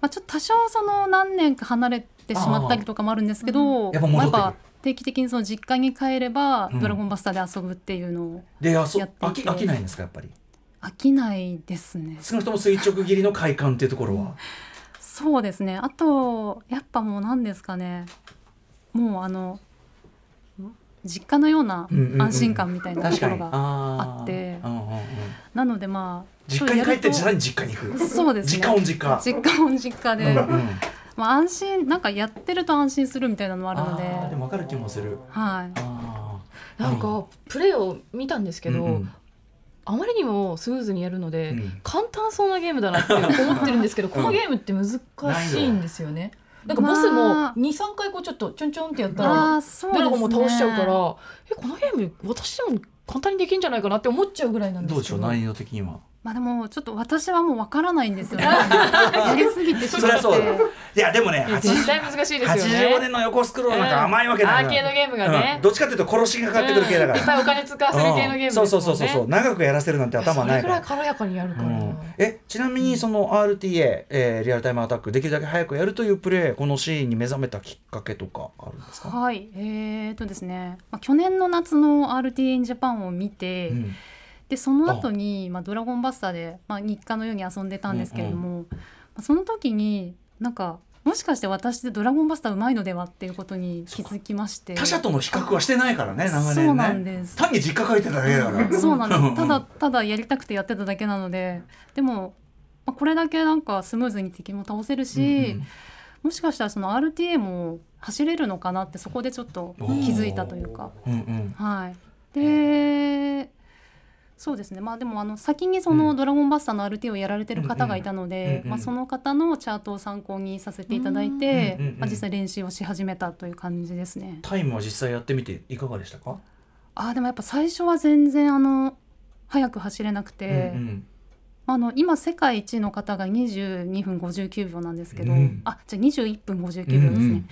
[SPEAKER 4] まあ、ちょっと多少その何年か離れてしまったりとかもあるんですけど
[SPEAKER 1] やっぱ戻ってくる
[SPEAKER 4] まあやっぱ定期的にその実家に帰れば
[SPEAKER 1] うん
[SPEAKER 4] 「ドラゴンバスター」で遊ぶっていうのを
[SPEAKER 1] で、あ、そ、
[SPEAKER 4] やって
[SPEAKER 1] 飽
[SPEAKER 4] い
[SPEAKER 1] き、
[SPEAKER 4] て
[SPEAKER 1] 飽きないんですか、やっぱり。
[SPEAKER 4] 飽きないですね。
[SPEAKER 1] 少なくとも垂直切りの快感っていうところは。
[SPEAKER 4] そうですねあとやっぱもう何ですかねもうあの実家のような安心感みたいなと
[SPEAKER 1] 確
[SPEAKER 4] こ
[SPEAKER 1] か
[SPEAKER 4] ろ
[SPEAKER 1] に。
[SPEAKER 4] が
[SPEAKER 1] あー
[SPEAKER 4] あって
[SPEAKER 1] うんうんうん
[SPEAKER 4] なのでまあ
[SPEAKER 1] 実家に帰って、
[SPEAKER 4] そ
[SPEAKER 1] 実際
[SPEAKER 4] うやる
[SPEAKER 1] に実家に行く。
[SPEAKER 4] とそうですね
[SPEAKER 1] 実家音実家。
[SPEAKER 4] 実家も実家
[SPEAKER 1] う
[SPEAKER 4] で、
[SPEAKER 1] んうん
[SPEAKER 4] まあ、安心なんかやってると安心するみたいなのもあるので
[SPEAKER 1] あーでも分かる気もする。
[SPEAKER 4] はい
[SPEAKER 1] あー
[SPEAKER 9] なんかプレイを見たんですけど、
[SPEAKER 1] うんうん
[SPEAKER 9] あまりにもスムーズにやるので、
[SPEAKER 1] うん
[SPEAKER 9] 簡単そうなゲームだなって思ってるんです
[SPEAKER 1] <laughs>
[SPEAKER 9] けど、このゲームって難しいんですよね。なんかボス
[SPEAKER 4] ま
[SPEAKER 9] も
[SPEAKER 4] あ
[SPEAKER 9] 23回こうちょっとちょんちょんってやった
[SPEAKER 4] あ
[SPEAKER 9] ら
[SPEAKER 4] ーそうですね
[SPEAKER 9] ドラゴンも倒しちゃうから、えこのゲーム私でも簡単にできんじゃないかなって思っちゃうぐらいなんで
[SPEAKER 1] どう
[SPEAKER 9] す
[SPEAKER 1] でしょ
[SPEAKER 9] けど
[SPEAKER 1] う、難易度的には。
[SPEAKER 4] まあでもちょっと私はもうわからないん
[SPEAKER 1] <laughs>
[SPEAKER 4] ですよねやりすぎてし
[SPEAKER 1] そり
[SPEAKER 4] ま
[SPEAKER 1] ゃ
[SPEAKER 4] っ
[SPEAKER 1] そう
[SPEAKER 4] て
[SPEAKER 1] だ。いや、でもね、
[SPEAKER 9] いや
[SPEAKER 1] 八
[SPEAKER 9] 絶対難しいですよね
[SPEAKER 1] 85年の横スクロールなんか甘いわけだから、
[SPEAKER 9] うんアーケードゲームがね
[SPEAKER 1] うんどっちかっていうと殺しがかかってくる系だか
[SPEAKER 9] うんいっぱ
[SPEAKER 1] ら、
[SPEAKER 9] いお金使わせる系のゲームですもんね、
[SPEAKER 1] そうそうそうそうそう長くやらせるなんて頭はないか
[SPEAKER 9] それぐら
[SPEAKER 1] ら
[SPEAKER 9] い軽やかにやるから、
[SPEAKER 1] うんえちなみにその RTA、えーリアルタイムアタックできるだけ早くやるというプレーこのシーンに目覚めたきっかけとかあるんですか、
[SPEAKER 4] はい、えー、とですね、まあ、去年の夏の RTA in Japan を見て、
[SPEAKER 1] うん
[SPEAKER 4] でその後にまあ、ドラゴンバスターで、まあ、日課のように遊んでたんですけれども、まあ、その時になんかもしかして私でドラゴンバスターうまいのではっていうことに気づきまして
[SPEAKER 1] 他者との比較はしてないからね長
[SPEAKER 4] そう
[SPEAKER 1] 年
[SPEAKER 4] な
[SPEAKER 1] ね
[SPEAKER 4] んです
[SPEAKER 1] 単に実家書いてただけだから
[SPEAKER 4] そうなんですただただやりたくてやってただけなのででも、まあ、これだけなんかスムーズに敵も倒せるし、もしかしたらその RTA も走れるのかなってそこでちょっと気づいたというか。
[SPEAKER 1] うんうん
[SPEAKER 4] はい、でそうですねまあでもあの先にそ
[SPEAKER 1] うん
[SPEAKER 4] の「ドラゴンバスター」の RT をやられてる方がいたの
[SPEAKER 1] うんう
[SPEAKER 4] で
[SPEAKER 1] ん、うん
[SPEAKER 4] まあ、その方のチャートを参考にさせていただいて、
[SPEAKER 1] うんうんうん
[SPEAKER 4] まあ、実際練習をし始めたという感じですね。
[SPEAKER 1] タイムは実際やってみていかがでしたか、
[SPEAKER 4] あーでもやっぱ最初は全然あの速く走れなくて、
[SPEAKER 1] うんうん
[SPEAKER 4] まああの今世界一の方が22分59秒なんですけど、
[SPEAKER 1] うん
[SPEAKER 4] あじゃあ21分59秒ですね。
[SPEAKER 1] うんうん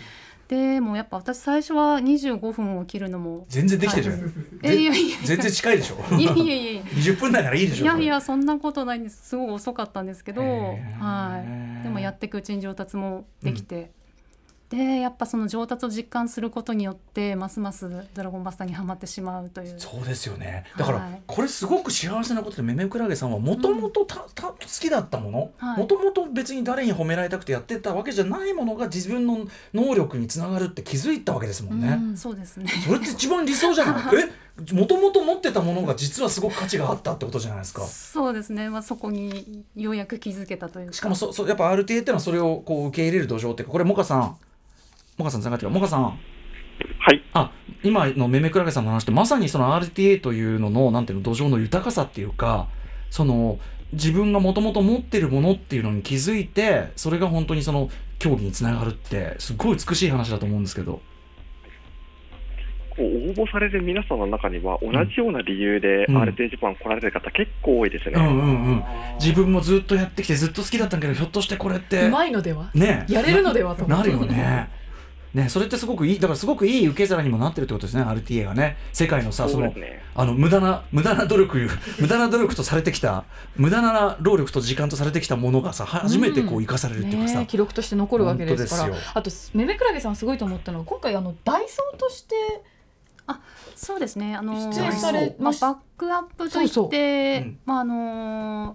[SPEAKER 4] でもうやっぱ私最初は25分を切るのも
[SPEAKER 1] 全然できてるじゃん、
[SPEAKER 4] えい
[SPEAKER 1] ぜ
[SPEAKER 4] やいや
[SPEAKER 1] 全然近いでしょ
[SPEAKER 4] いやいやいやいや
[SPEAKER 1] 20分台ならいいでしょ
[SPEAKER 4] いやい
[SPEAKER 1] それ
[SPEAKER 4] やそんなことないんですすごい遅かったんですけど、
[SPEAKER 1] へー
[SPEAKER 4] はい、でもやっていくうちに上達もできて、でやっぱその上達を実感することによってますます「ドラゴンバスター」にはまってしまうという
[SPEAKER 1] そうですよねだから、
[SPEAKER 4] はい
[SPEAKER 1] これすごく幸せなことでめめくらげさんはもともとたた好きだったもの
[SPEAKER 4] はい
[SPEAKER 1] もともと別に誰に褒められたくてやってたわけじゃないものが自分の能力につながるって気づいたわけですもんね。
[SPEAKER 9] うん
[SPEAKER 4] そうですね
[SPEAKER 1] それって一番理想じゃ
[SPEAKER 4] <laughs>
[SPEAKER 1] ないえもともと持ってたものが実はすごく価値があったってことじゃないですか。
[SPEAKER 4] そうですね、まあ、そこにようやく気づけたというか
[SPEAKER 1] しかもそそやっぱ RTA っていうのはそれをこう受け入れる土壌っていうかこれモカさんモカさんつながってるモカさん
[SPEAKER 6] はい
[SPEAKER 1] あ今のめめくらげさんの話ってまさにその RTA というののなんていうの土壌の豊かさっていうかその自分がもともと持ってるものっていうのに気づいてそれが本当にその競技につながるってすごい美しい話だと思うんですけど。
[SPEAKER 6] こう応募される皆さんの中には同じような理由で
[SPEAKER 1] うん
[SPEAKER 6] RT ジャパン来られてる方結構多いですね、
[SPEAKER 1] うんうんうん、自分もずっとやってきてずっと好きだったんだけどひょっとしてこれって
[SPEAKER 9] うまいのでは
[SPEAKER 1] ね
[SPEAKER 9] <laughs> やれるのではと
[SPEAKER 1] なるよね。ね、それってすごくいいだからすごくいい受け皿にもなってるってことですね RTA がね世界のさそ
[SPEAKER 6] そう
[SPEAKER 1] の
[SPEAKER 6] ですね
[SPEAKER 1] あの無駄な無駄な努力 <laughs> 無駄な努力とされてきた無駄な労力と時間とされてきたものがさ初めてこう生かされるっていうかさ、
[SPEAKER 9] ねえ記録として残るわけですか
[SPEAKER 1] 本
[SPEAKER 9] ら
[SPEAKER 1] 当ですよ
[SPEAKER 9] あとめめくらげさんすごいと思ったのは今回あのダイソーとして
[SPEAKER 4] そうですね。あのー
[SPEAKER 9] 出演されまし
[SPEAKER 4] あバックアップといって、
[SPEAKER 9] そうそう
[SPEAKER 1] うん
[SPEAKER 4] まああのー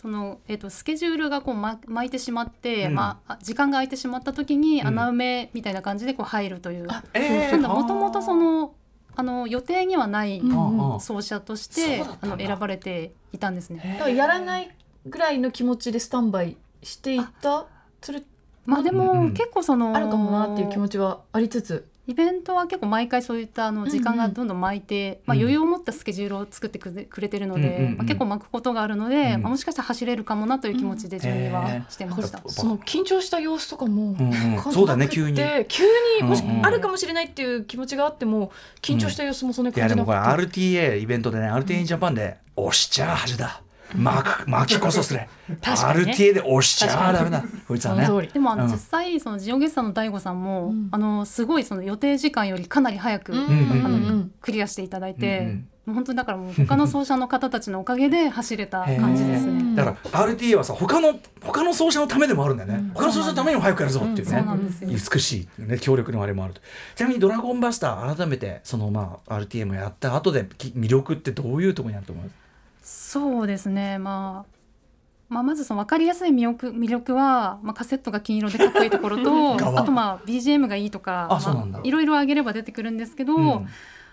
[SPEAKER 4] そのえっ、とスケジュールがこうま巻いてしまって、
[SPEAKER 1] うん
[SPEAKER 4] まああ時間が空いてしまった時に
[SPEAKER 1] うん
[SPEAKER 4] 穴埋めみたいな感じでこう入るという。
[SPEAKER 9] あ
[SPEAKER 1] え
[SPEAKER 4] なんだもともとそのあの予定にはない
[SPEAKER 9] うん
[SPEAKER 1] うんうん
[SPEAKER 4] 奏者として、
[SPEAKER 1] そうだった
[SPEAKER 4] あ
[SPEAKER 1] んだ
[SPEAKER 4] の選ばれていたんですね。
[SPEAKER 9] だからやらないぐらいの気持ちでスタンバイしていたそれ
[SPEAKER 4] まあで
[SPEAKER 1] うんう
[SPEAKER 4] も
[SPEAKER 1] ん
[SPEAKER 4] 結構その
[SPEAKER 9] あるかもなっていう気持ちはありつつ
[SPEAKER 4] イベントは結構毎回そういったあ
[SPEAKER 9] ん
[SPEAKER 4] の
[SPEAKER 9] うん
[SPEAKER 4] 時間がどんどん巻いて、まあ、
[SPEAKER 1] うん
[SPEAKER 4] 余裕を持ったスケジュールを作ってくれくれてるので、
[SPEAKER 1] うんうんうん
[SPEAKER 4] まあ、結構巻くことがあるので、
[SPEAKER 1] うん
[SPEAKER 4] まあ、もしかしたら走れるかもなという気持ちで準備
[SPEAKER 1] うんへ
[SPEAKER 4] はしてました、
[SPEAKER 1] うん
[SPEAKER 9] その緊張した様子とかも、
[SPEAKER 1] うんうん
[SPEAKER 9] 感じなくて
[SPEAKER 1] そうだね急に
[SPEAKER 9] 急にもし、
[SPEAKER 1] うんうん
[SPEAKER 9] あるかもしれないっていう気持ちがあっても緊張した様子もそんなに
[SPEAKER 1] いや
[SPEAKER 9] 感
[SPEAKER 1] で
[SPEAKER 9] じな
[SPEAKER 1] も
[SPEAKER 9] く
[SPEAKER 1] こ
[SPEAKER 9] て、
[SPEAKER 1] れ RTA イベントでね RTA インジャパンで押しちゃあ恥だ巻く巻きこそすれ
[SPEAKER 9] 確かにね
[SPEAKER 1] RTA で押しちゃあダメだこいつはね
[SPEAKER 9] その通り
[SPEAKER 4] でもあの
[SPEAKER 1] うん
[SPEAKER 4] 実際そのジオゲッサの大悟さんも、
[SPEAKER 9] うん
[SPEAKER 4] あのすごいその予定時間よりかなり早く
[SPEAKER 9] うん
[SPEAKER 1] うん
[SPEAKER 9] う
[SPEAKER 1] うん
[SPEAKER 9] んうん
[SPEAKER 4] クリアしていただい
[SPEAKER 1] うんう
[SPEAKER 4] て
[SPEAKER 1] ん、
[SPEAKER 4] もう本当にだからもう他の奏者の方たちのおかげで走れた感じです
[SPEAKER 9] へー
[SPEAKER 4] ね。
[SPEAKER 1] だから RTA はさ他の他の奏者のためでもあるんだよね、
[SPEAKER 9] うん
[SPEAKER 1] 他の奏者のためにも早くやるぞっていう
[SPEAKER 4] そう
[SPEAKER 1] ね、
[SPEAKER 4] なんですよ、
[SPEAKER 1] 美しいっていうね協力のあれもあるとちなみに「ドラゴンバスター」改めてそのまあ RTA もやった後でき魅力ってどういうところにあると思います
[SPEAKER 4] そうですね、まあ、まあまずその分かりやすい魅力魅力は、まあ、カセットが金色でかっこいいところ
[SPEAKER 1] <laughs> 側
[SPEAKER 4] とあとまあ BGM がいいとか
[SPEAKER 1] あそうなんだ
[SPEAKER 4] まあいろいろ挙げれば出てくるんですけど、
[SPEAKER 1] うん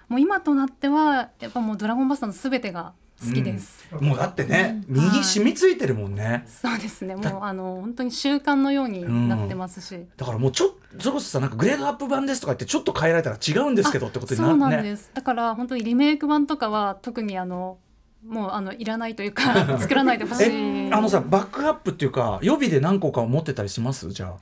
[SPEAKER 4] もう今となってはやっぱもう「ドラゴンバスター」の全てが好きです。
[SPEAKER 1] もうだってね、右染みついてるもんね
[SPEAKER 4] そうですねもうあの本当に習慣のようになってますし、
[SPEAKER 1] だからもうちょっとそれこそさなんかグレードアップ版ですとか言ってちょっと変えられたら違うんですけどってことにな
[SPEAKER 4] そうなん
[SPEAKER 1] ね
[SPEAKER 4] です、だから本当にリメイク版とかは特にあのもうあのいらないとい
[SPEAKER 1] <laughs>
[SPEAKER 4] うか作らないでほし
[SPEAKER 1] え
[SPEAKER 4] い
[SPEAKER 1] あのさバックアップっていうか予備で何個か持ってたりしますじゃ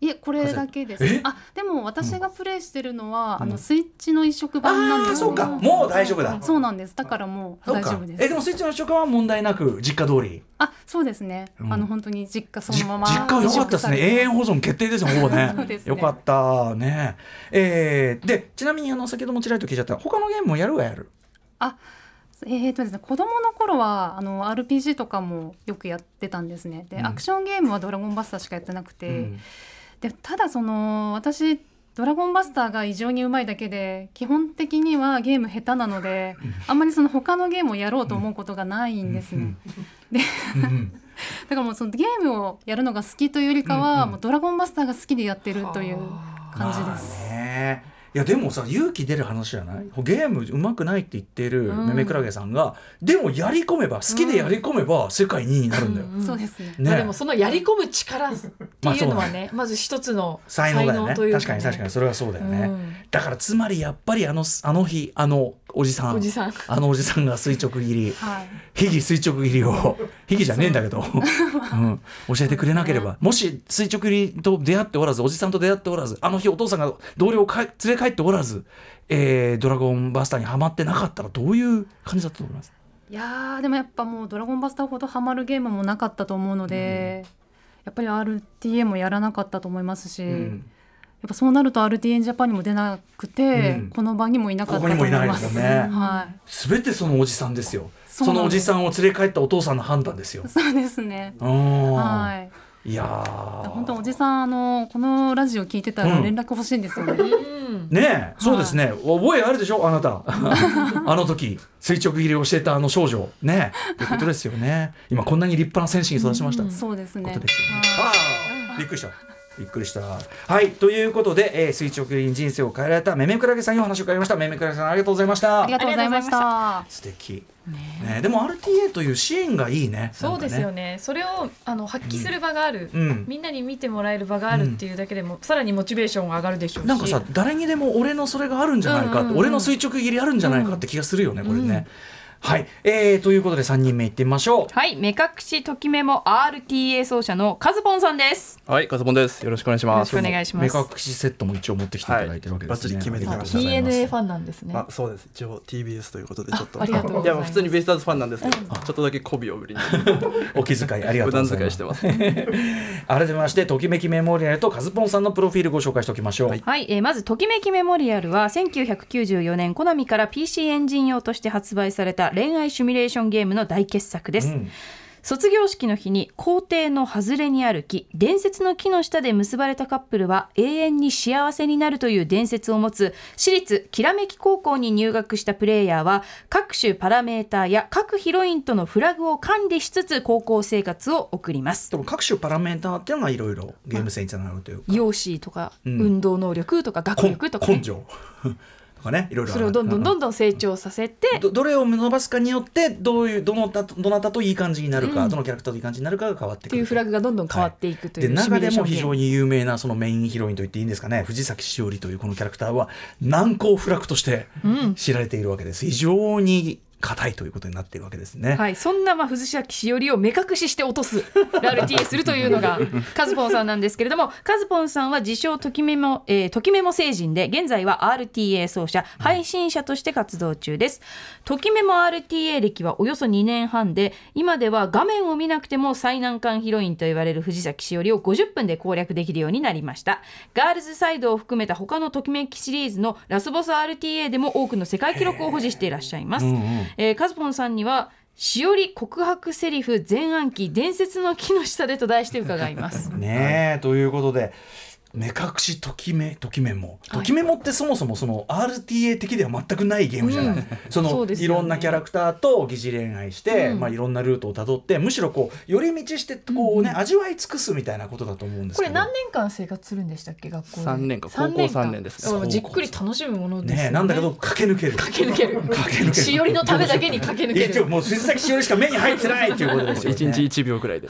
[SPEAKER 4] いえこれだけです
[SPEAKER 1] え
[SPEAKER 4] あでも私がプレイしてるのは、
[SPEAKER 1] うん
[SPEAKER 4] あのスイッチの移植
[SPEAKER 1] ああ
[SPEAKER 4] 版なん
[SPEAKER 1] ー
[SPEAKER 4] です
[SPEAKER 1] そうかもう大丈夫だ
[SPEAKER 4] そうなんですだからもう
[SPEAKER 1] そう
[SPEAKER 4] 大
[SPEAKER 1] か
[SPEAKER 4] 丈夫です
[SPEAKER 1] えでもスイッチの食感は問題なく実家通り
[SPEAKER 4] あそうですね、
[SPEAKER 1] うん
[SPEAKER 4] あの本当に実家そ
[SPEAKER 1] じ
[SPEAKER 4] のまま
[SPEAKER 1] 実家は良かったですね
[SPEAKER 4] 移植され
[SPEAKER 1] 永
[SPEAKER 4] て
[SPEAKER 1] 遠保存決定ですよほぼね
[SPEAKER 4] <laughs> そうですね
[SPEAKER 1] よかったねえーでちなみにあの先ほどもちらりと聞いちゃった他のゲームもやるはやる
[SPEAKER 4] えーとですね、子供の頃はあの RPG とかもよくやってたんですねで、
[SPEAKER 1] うん
[SPEAKER 4] アクションゲームは「ドラゴンバスター」しかやってなくて、
[SPEAKER 1] うん
[SPEAKER 4] でただその私ドラゴンバスターが異常にうまいだけで基本的にはゲーム下手なのであんまりその他のゲームをやろうと思うことがないんですね、
[SPEAKER 1] うん
[SPEAKER 4] だからもうそのゲームをやるのが好きというよりかは、
[SPEAKER 1] うんうん
[SPEAKER 4] もうドラゴンバスターが好きでやってるという <laughs> 感じ
[SPEAKER 1] ま
[SPEAKER 4] で
[SPEAKER 1] あ
[SPEAKER 4] す。
[SPEAKER 1] ねいやでもさ勇気出る話じゃないゲームうまくないって言ってる
[SPEAKER 9] うん
[SPEAKER 1] めめくらげさんが、でもやり込めば好きでやり込めば世界2位になるんだよ、
[SPEAKER 9] うんうん
[SPEAKER 4] そうですね。
[SPEAKER 1] ね、
[SPEAKER 9] まあ、でもそのやり込む力っていうのはね、まず一つの
[SPEAKER 1] 才能だよね
[SPEAKER 9] 才という
[SPEAKER 1] 確かに確かにそれはそうだよね、
[SPEAKER 9] うん
[SPEAKER 1] だからつまりやっぱりあのあの日あのおじさん
[SPEAKER 9] おじさん
[SPEAKER 1] あのおじさんが垂直切り
[SPEAKER 4] はい。
[SPEAKER 1] 秘技垂直切り
[SPEAKER 4] <laughs>
[SPEAKER 1] を秘技じゃねえんだけど、うん、教えてくれなければ、もし垂直切りと出会っておらずおじさんと出会っておらずあの日お父さんが同僚をかえ連れ帰っておらず、えードラゴンバスターにはまってなかったらどういう感じだったと思います
[SPEAKER 4] いやーでもやっぱもうドラゴンバスターほどハマるゲームもなかったと思うので、やっぱり RTA もやらなかったと思いますし、やっぱそうなると RTA ジャパンにも出なくて、
[SPEAKER 1] うん
[SPEAKER 4] この場にもいなかったと
[SPEAKER 1] ここにも
[SPEAKER 4] 思
[SPEAKER 1] い
[SPEAKER 4] い
[SPEAKER 1] ないで
[SPEAKER 4] ますす。
[SPEAKER 1] よね
[SPEAKER 4] はい。
[SPEAKER 1] 全てそのおじさんですよそ
[SPEAKER 4] そうなんです
[SPEAKER 1] のおじさんを連れ帰ったお父さんの判断ですよ。
[SPEAKER 4] そうですね。
[SPEAKER 1] うん
[SPEAKER 4] はい。
[SPEAKER 1] い、やー
[SPEAKER 4] 本当おじさんあのこのラジオ聞いてたら連絡欲しいんですよね。
[SPEAKER 9] うん
[SPEAKER 1] ねえ、そうですね。覚えあるでしょ、あなた。あの時、垂直切りをしてたあの少女。ねえ、ってことですよね。今こんなに立派な戦士に育ちました。
[SPEAKER 9] うん
[SPEAKER 1] こ
[SPEAKER 4] そうですね。
[SPEAKER 1] とですよね
[SPEAKER 4] はい。
[SPEAKER 1] ああ、びっくりした。びっくりした。はい、ということで、えー、垂直切りに人生を変えられためめくらげさんにお話を伺いました。めめくらげさん、ありがとうございました
[SPEAKER 4] あり。がとうございました。
[SPEAKER 1] 素敵。ねえ、でも RTA というシーンがいいね。
[SPEAKER 9] そうです
[SPEAKER 1] な
[SPEAKER 9] よ
[SPEAKER 1] んかね。
[SPEAKER 9] ねそれをあの発揮する場がある、
[SPEAKER 1] うん。
[SPEAKER 9] みんなに見てもらえる場があるっていうだけでも、さらにモチベーションが上がるでしょうし
[SPEAKER 1] なんかさ誰にでも俺のそれがあるんじゃないかって、
[SPEAKER 9] うんうんうん
[SPEAKER 1] 俺の垂直切りあるんじゃないかって気がするよね、これね。はい、えー、ということで3人目いってみましょう
[SPEAKER 2] はい目隠しときめも RTA 奏者のカズポンさんです
[SPEAKER 5] はい、カズボンです。よろしくお願いし
[SPEAKER 2] よ
[SPEAKER 5] ま
[SPEAKER 2] ろし
[SPEAKER 5] す。
[SPEAKER 2] くお願いし
[SPEAKER 1] 目
[SPEAKER 2] ます
[SPEAKER 1] 隠しセットも一応持ってきていただいてるわ
[SPEAKER 10] は
[SPEAKER 1] けですね、
[SPEAKER 10] いバッチリ決めてきました
[SPEAKER 9] DNA ファンなんですね
[SPEAKER 10] あそうです一応 TBS ということでちょっと
[SPEAKER 9] あありがとうございます
[SPEAKER 5] いや、まあ普通にベイスターズファンなんですけど、ちょっとだけ媚びを売りに、
[SPEAKER 1] お気遣いありがと
[SPEAKER 5] 無
[SPEAKER 1] うご
[SPEAKER 5] 断
[SPEAKER 1] ざい
[SPEAKER 5] 使
[SPEAKER 1] ます
[SPEAKER 5] いしてます。 <laughs>
[SPEAKER 1] 改めましてときめきメモリアルとカズポンさんのプロフィールご紹介しておきましょう、
[SPEAKER 2] はい、えーまず「ときめきメモリアル」は1994年コナミから PC エンジン用として発売された恋愛シミュレーションゲームの大傑作です、
[SPEAKER 1] うん
[SPEAKER 2] 卒業式の日に校庭の外れにある木伝説の木の下で結ばれたカップルは永遠に幸せになるという伝説を持つ私立きらめき高校に入学したプレイヤーは各種パラメーターや各ヒロインとのフラグを管理しつつ高校生活を送り
[SPEAKER 1] <laughs>
[SPEAKER 2] ます
[SPEAKER 1] でも各種パラメーターっていうのがいろいろゲーム性につながるというか、
[SPEAKER 9] 容姿とか、
[SPEAKER 1] うん
[SPEAKER 9] 運動能力とか
[SPEAKER 2] <laughs>
[SPEAKER 9] 学
[SPEAKER 1] こん
[SPEAKER 9] 力とか、ね
[SPEAKER 1] 根、性 <laughs> とかねいろいろ
[SPEAKER 9] それをどんどんどんどん成長させて、
[SPEAKER 1] どどれを伸ばすかによってどういうどのたどなたといい感じになるか、どのキャラクターといい感じになるかが変わって
[SPEAKER 9] っ
[SPEAKER 1] く
[SPEAKER 9] て
[SPEAKER 1] る
[SPEAKER 9] いうフラグがどんどん変わっていくとい
[SPEAKER 1] で
[SPEAKER 9] うシ
[SPEAKER 1] 中
[SPEAKER 9] ミュレ
[SPEAKER 1] で
[SPEAKER 9] ーショ
[SPEAKER 1] も
[SPEAKER 9] ンゲ
[SPEAKER 1] 非
[SPEAKER 9] ーム
[SPEAKER 1] 常に有名なそのメインヒロインと言っていいんですかね藤崎しおりというこのキャラクターは難攻不落として知られているわけです非常に硬いということになっているわけですね、
[SPEAKER 2] はい、そんなまあ藤崎しおりを目隠しして落とす RTA するというのがカズポンさんなんですけれどもカズポンさんは自称ときめも、えー、ときめも成人で現在は RTA 奏者配信者として活動中です、ときめも RTA 歴はおよそ2年半で今では画面を見なくても最難関ヒロインと言われる藤崎しおりを50分で攻略できるようになりましたガールズサイドを含めた他のときめきシリーズのラスボス RTA でも多くの世界記録を保持していらっしゃいます、えー、カズポンさんには「しおり告白セリフ全暗記伝説の木の下で」と題して伺います。
[SPEAKER 1] ねえ、ということで目隠しときめときめも、
[SPEAKER 9] はい
[SPEAKER 1] ときめもってそもそもその RTA 的では全くないゲームじゃない、
[SPEAKER 9] うん
[SPEAKER 1] <laughs> その
[SPEAKER 9] そうです
[SPEAKER 1] い
[SPEAKER 9] よね
[SPEAKER 1] ろんなキャラクターと疑似恋愛して、
[SPEAKER 9] うん
[SPEAKER 1] まあ、いろんなルートをたどってむしろこう寄り道してこうね、味わい尽くすみたいなことだと思うんです
[SPEAKER 9] こ
[SPEAKER 1] け
[SPEAKER 9] れ
[SPEAKER 1] ど
[SPEAKER 9] 何年間生活するんでしたっけ学校で
[SPEAKER 5] 三年間
[SPEAKER 9] 三
[SPEAKER 5] 高校三年ですね
[SPEAKER 9] だからもうじっくり楽しむものですよ
[SPEAKER 1] ねえなんだけど駆け抜ける
[SPEAKER 9] 駆け抜け
[SPEAKER 1] <laughs>
[SPEAKER 9] る
[SPEAKER 1] 駆け抜ける
[SPEAKER 9] しお
[SPEAKER 1] <laughs>
[SPEAKER 9] りのためだけに駆け抜け
[SPEAKER 1] 一応
[SPEAKER 9] る
[SPEAKER 1] もう鈴崎しおりしか目に入ってないっていうことですよ、ね、
[SPEAKER 5] 一日一秒くらいで。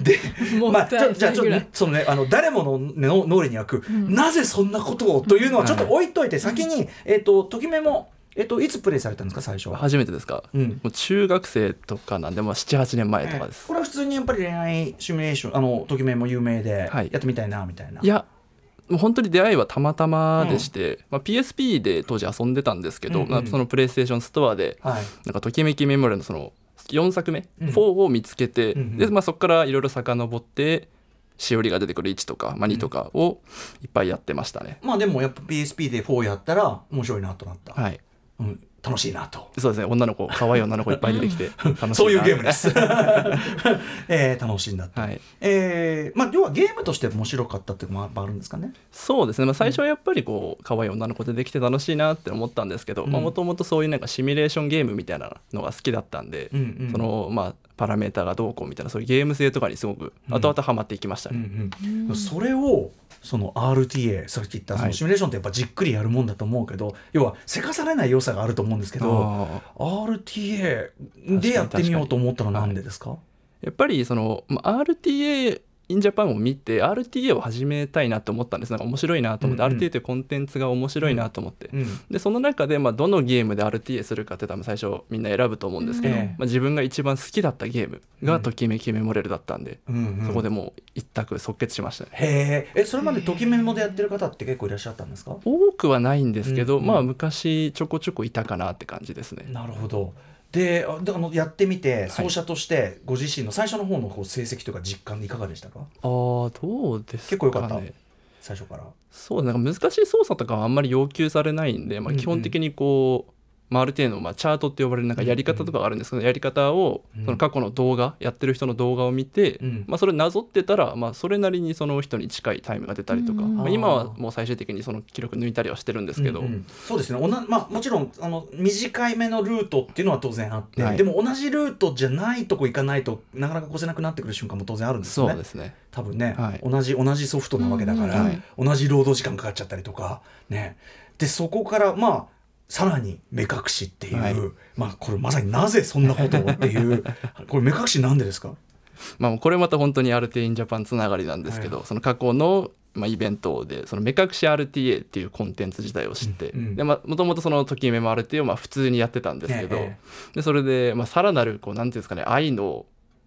[SPEAKER 1] で、
[SPEAKER 9] も
[SPEAKER 1] ま
[SPEAKER 9] っ
[SPEAKER 1] あ、ち
[SPEAKER 9] たいな
[SPEAKER 1] ょ
[SPEAKER 9] い
[SPEAKER 1] じゃあちょっ
[SPEAKER 9] ぐら
[SPEAKER 1] と
[SPEAKER 9] い
[SPEAKER 1] そのねあの誰もの、ね、の脳裏に焼く、なぜそんなことをというのはちょっと置いといて、先に、えっとときめも、えっといつプレイされたんですか最初は。
[SPEAKER 5] 初めてですか、
[SPEAKER 1] うん
[SPEAKER 5] もう中学生とかなんで、まあ、78年前とかです
[SPEAKER 1] こ。れは普通にやっぱり恋愛シミュレーションあのときめも有名で、
[SPEAKER 5] はい
[SPEAKER 1] やってみたいなみたいな。
[SPEAKER 5] いやもう本当に出会いはたまたまでして、まあ、PSP で当時遊んでたんですけど、
[SPEAKER 1] うんうん
[SPEAKER 5] まあそのプレイステーションストアで
[SPEAKER 1] はい
[SPEAKER 5] なんかときめきメモリーのその4作目、
[SPEAKER 1] うん
[SPEAKER 5] 4を見つけて、
[SPEAKER 1] うんうん
[SPEAKER 5] でまあ、そこからいろいろ遡ってしおりが出てくる1とか、まあ、2とかをいっぱいやってましたね、
[SPEAKER 1] まあでもやっぱ PSP で4やったら面白いなとなった、
[SPEAKER 5] はい
[SPEAKER 1] うん、楽しいなと
[SPEAKER 5] そうですね女の子可愛い女の子いっぱい出てき
[SPEAKER 1] <laughs>
[SPEAKER 5] て楽しいな
[SPEAKER 1] そういうゲームです、えー、楽しいんだと、
[SPEAKER 5] はい
[SPEAKER 1] えーまあ、要はゲームとして面白かったっていうのもあるんですかね
[SPEAKER 5] そうですね、まあ、最初はやっぱりこう可愛い女の子でできて楽しいなって思ったんですけど
[SPEAKER 1] うん
[SPEAKER 5] もともとそういうなんかシミュレーションゲームみたいなのが好きだったんで、
[SPEAKER 1] うんうん
[SPEAKER 5] そのまあパラメーターがどうこうみたいなそういうゲーム性とかにすごく
[SPEAKER 1] うん
[SPEAKER 5] 後々ハマっていきましたね。
[SPEAKER 1] うんうん、それをその RTA さっき言ったそ
[SPEAKER 5] は
[SPEAKER 1] の
[SPEAKER 5] い
[SPEAKER 1] シミュレーションってやっぱじっくりやるもんだと思うけど、要はせかされない良さがあると思うんですけど
[SPEAKER 5] あー
[SPEAKER 1] RTA でやってみようと思ったのはなんでですか
[SPEAKER 5] やっぱりその、まあ、RTA in Japan を見て RTA を始めたいなと思ったんですなんか面白いなと思って、
[SPEAKER 1] うんうん
[SPEAKER 5] RTA というコンテンツが面白いなと思って、
[SPEAKER 1] うん
[SPEAKER 5] でその中で、まあ、どのゲームで RTA するかって多分最初みんな選ぶと思うんですけど、
[SPEAKER 1] うん
[SPEAKER 5] まあ、自分が一番好きだったゲーム
[SPEAKER 1] う
[SPEAKER 5] が
[SPEAKER 1] ん
[SPEAKER 5] ときめきメモレルだったんで、
[SPEAKER 1] うんうん
[SPEAKER 5] そこでもう一択即決しましたね。
[SPEAKER 1] へーえそれまでときめもでやってる方って結構いらっしゃったんですか
[SPEAKER 5] 多くはないんですけ
[SPEAKER 1] う
[SPEAKER 5] ど、
[SPEAKER 1] んうん
[SPEAKER 5] まあ昔ちょこちょこいたかなって感じですね。
[SPEAKER 1] なるほどであであのやってみて
[SPEAKER 5] い
[SPEAKER 1] 奏者としてご自身の最初の方のこう成績というか実感いかがでしたか
[SPEAKER 5] ああどうですか
[SPEAKER 1] 結
[SPEAKER 5] ね。
[SPEAKER 1] 構良かった最初から。
[SPEAKER 5] そうなんか難しい操作とかはあんまり要求されないんで、ま
[SPEAKER 1] う
[SPEAKER 5] あ、
[SPEAKER 1] んうん
[SPEAKER 5] 基本的にこう、まあ、ある程度まあチャートって呼ばれるなんかやり方とかがあるんですけど、やり方を
[SPEAKER 1] うん
[SPEAKER 5] その過去の動画、やってる人の動画を見て、
[SPEAKER 1] うん
[SPEAKER 5] まあ、それなぞってたら、まあ、それなりにその人に近いタイムが出たりとか、
[SPEAKER 9] うんうん
[SPEAKER 5] まあ、今はもう最終的にその記録抜いたりはしてるんですけど、
[SPEAKER 1] うんうんそうですねおな、まあ、もちろんあの短い目のルートっていうのは当然あって、
[SPEAKER 5] はい
[SPEAKER 1] でも同じルートじゃないとこ行かないとなかなか越せなくなってくる瞬間も当然あるんですよ
[SPEAKER 5] そ
[SPEAKER 1] ね
[SPEAKER 5] うですね。
[SPEAKER 1] 多分ね、
[SPEAKER 5] はい
[SPEAKER 1] 同じ同じソフトなわけだから、
[SPEAKER 5] うんうん
[SPEAKER 1] 同じ労働時間かかっちゃったりとかねでそこからまあさらに目隠しっていう、
[SPEAKER 5] はい
[SPEAKER 1] まあこれまさになぜそんなことをっていう
[SPEAKER 5] <laughs>
[SPEAKER 1] これ目隠しなんでですか
[SPEAKER 5] まあ、これまた本当に RT in Japan つながりなんですけど、その過去のまあ、イベントでその目隠し RTA っていうコンテンツ自体を知って、
[SPEAKER 1] うんうん
[SPEAKER 5] でまあ、もともとその時メモ RTA をまあ普通にやってたんですけど、
[SPEAKER 1] え
[SPEAKER 5] でそれで、まあ、さらなるこうなんていうんですかね愛の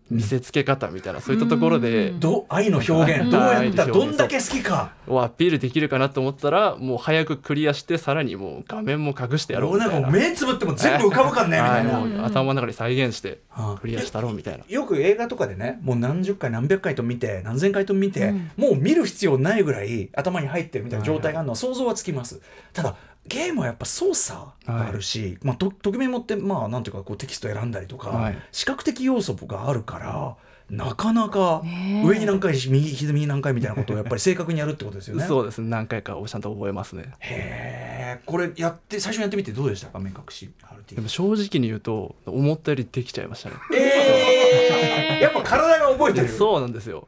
[SPEAKER 5] 見せつけ方みたいな、そういったところで、
[SPEAKER 1] ど愛の表現どうやったらどんだけ好
[SPEAKER 5] き
[SPEAKER 1] きか
[SPEAKER 5] をアピールできるかなと思ったらもう早くクリアしてさらにもう画面も隠してやろうみたいな
[SPEAKER 1] 俺なんかもう目つぶっても全部浮かぶからね
[SPEAKER 5] は
[SPEAKER 1] みたいな
[SPEAKER 5] もう
[SPEAKER 1] うんうん
[SPEAKER 5] 頭の中で再現してクリアしたろうみたいな
[SPEAKER 1] よく映画とかでねもう何十回何百回と見て何千回と見て、もう見る必要ないぐらい頭に入ってるみたいな状態があるのは想像はつきます、ただゲームはやっぱ操作があるし、まあ、と匿名もってまあなんていうかこうテキスト選んだりとか、
[SPEAKER 5] はい
[SPEAKER 1] 視覚的要素があるからなかなか
[SPEAKER 5] ねえ
[SPEAKER 1] 上に何回し右左に何回みたいなことをやっ
[SPEAKER 5] <laughs>
[SPEAKER 1] ぱり正確にやるってことですよね。
[SPEAKER 5] そうですね何回かちゃんと覚えますね
[SPEAKER 1] へえこれやって最初にやってみてどうでしたか目隠し RT
[SPEAKER 5] でも正直に言うと思ったよりできちゃいましたね
[SPEAKER 1] えー、やっぱ体が覚えてる
[SPEAKER 5] そうなん <laughs> ですよ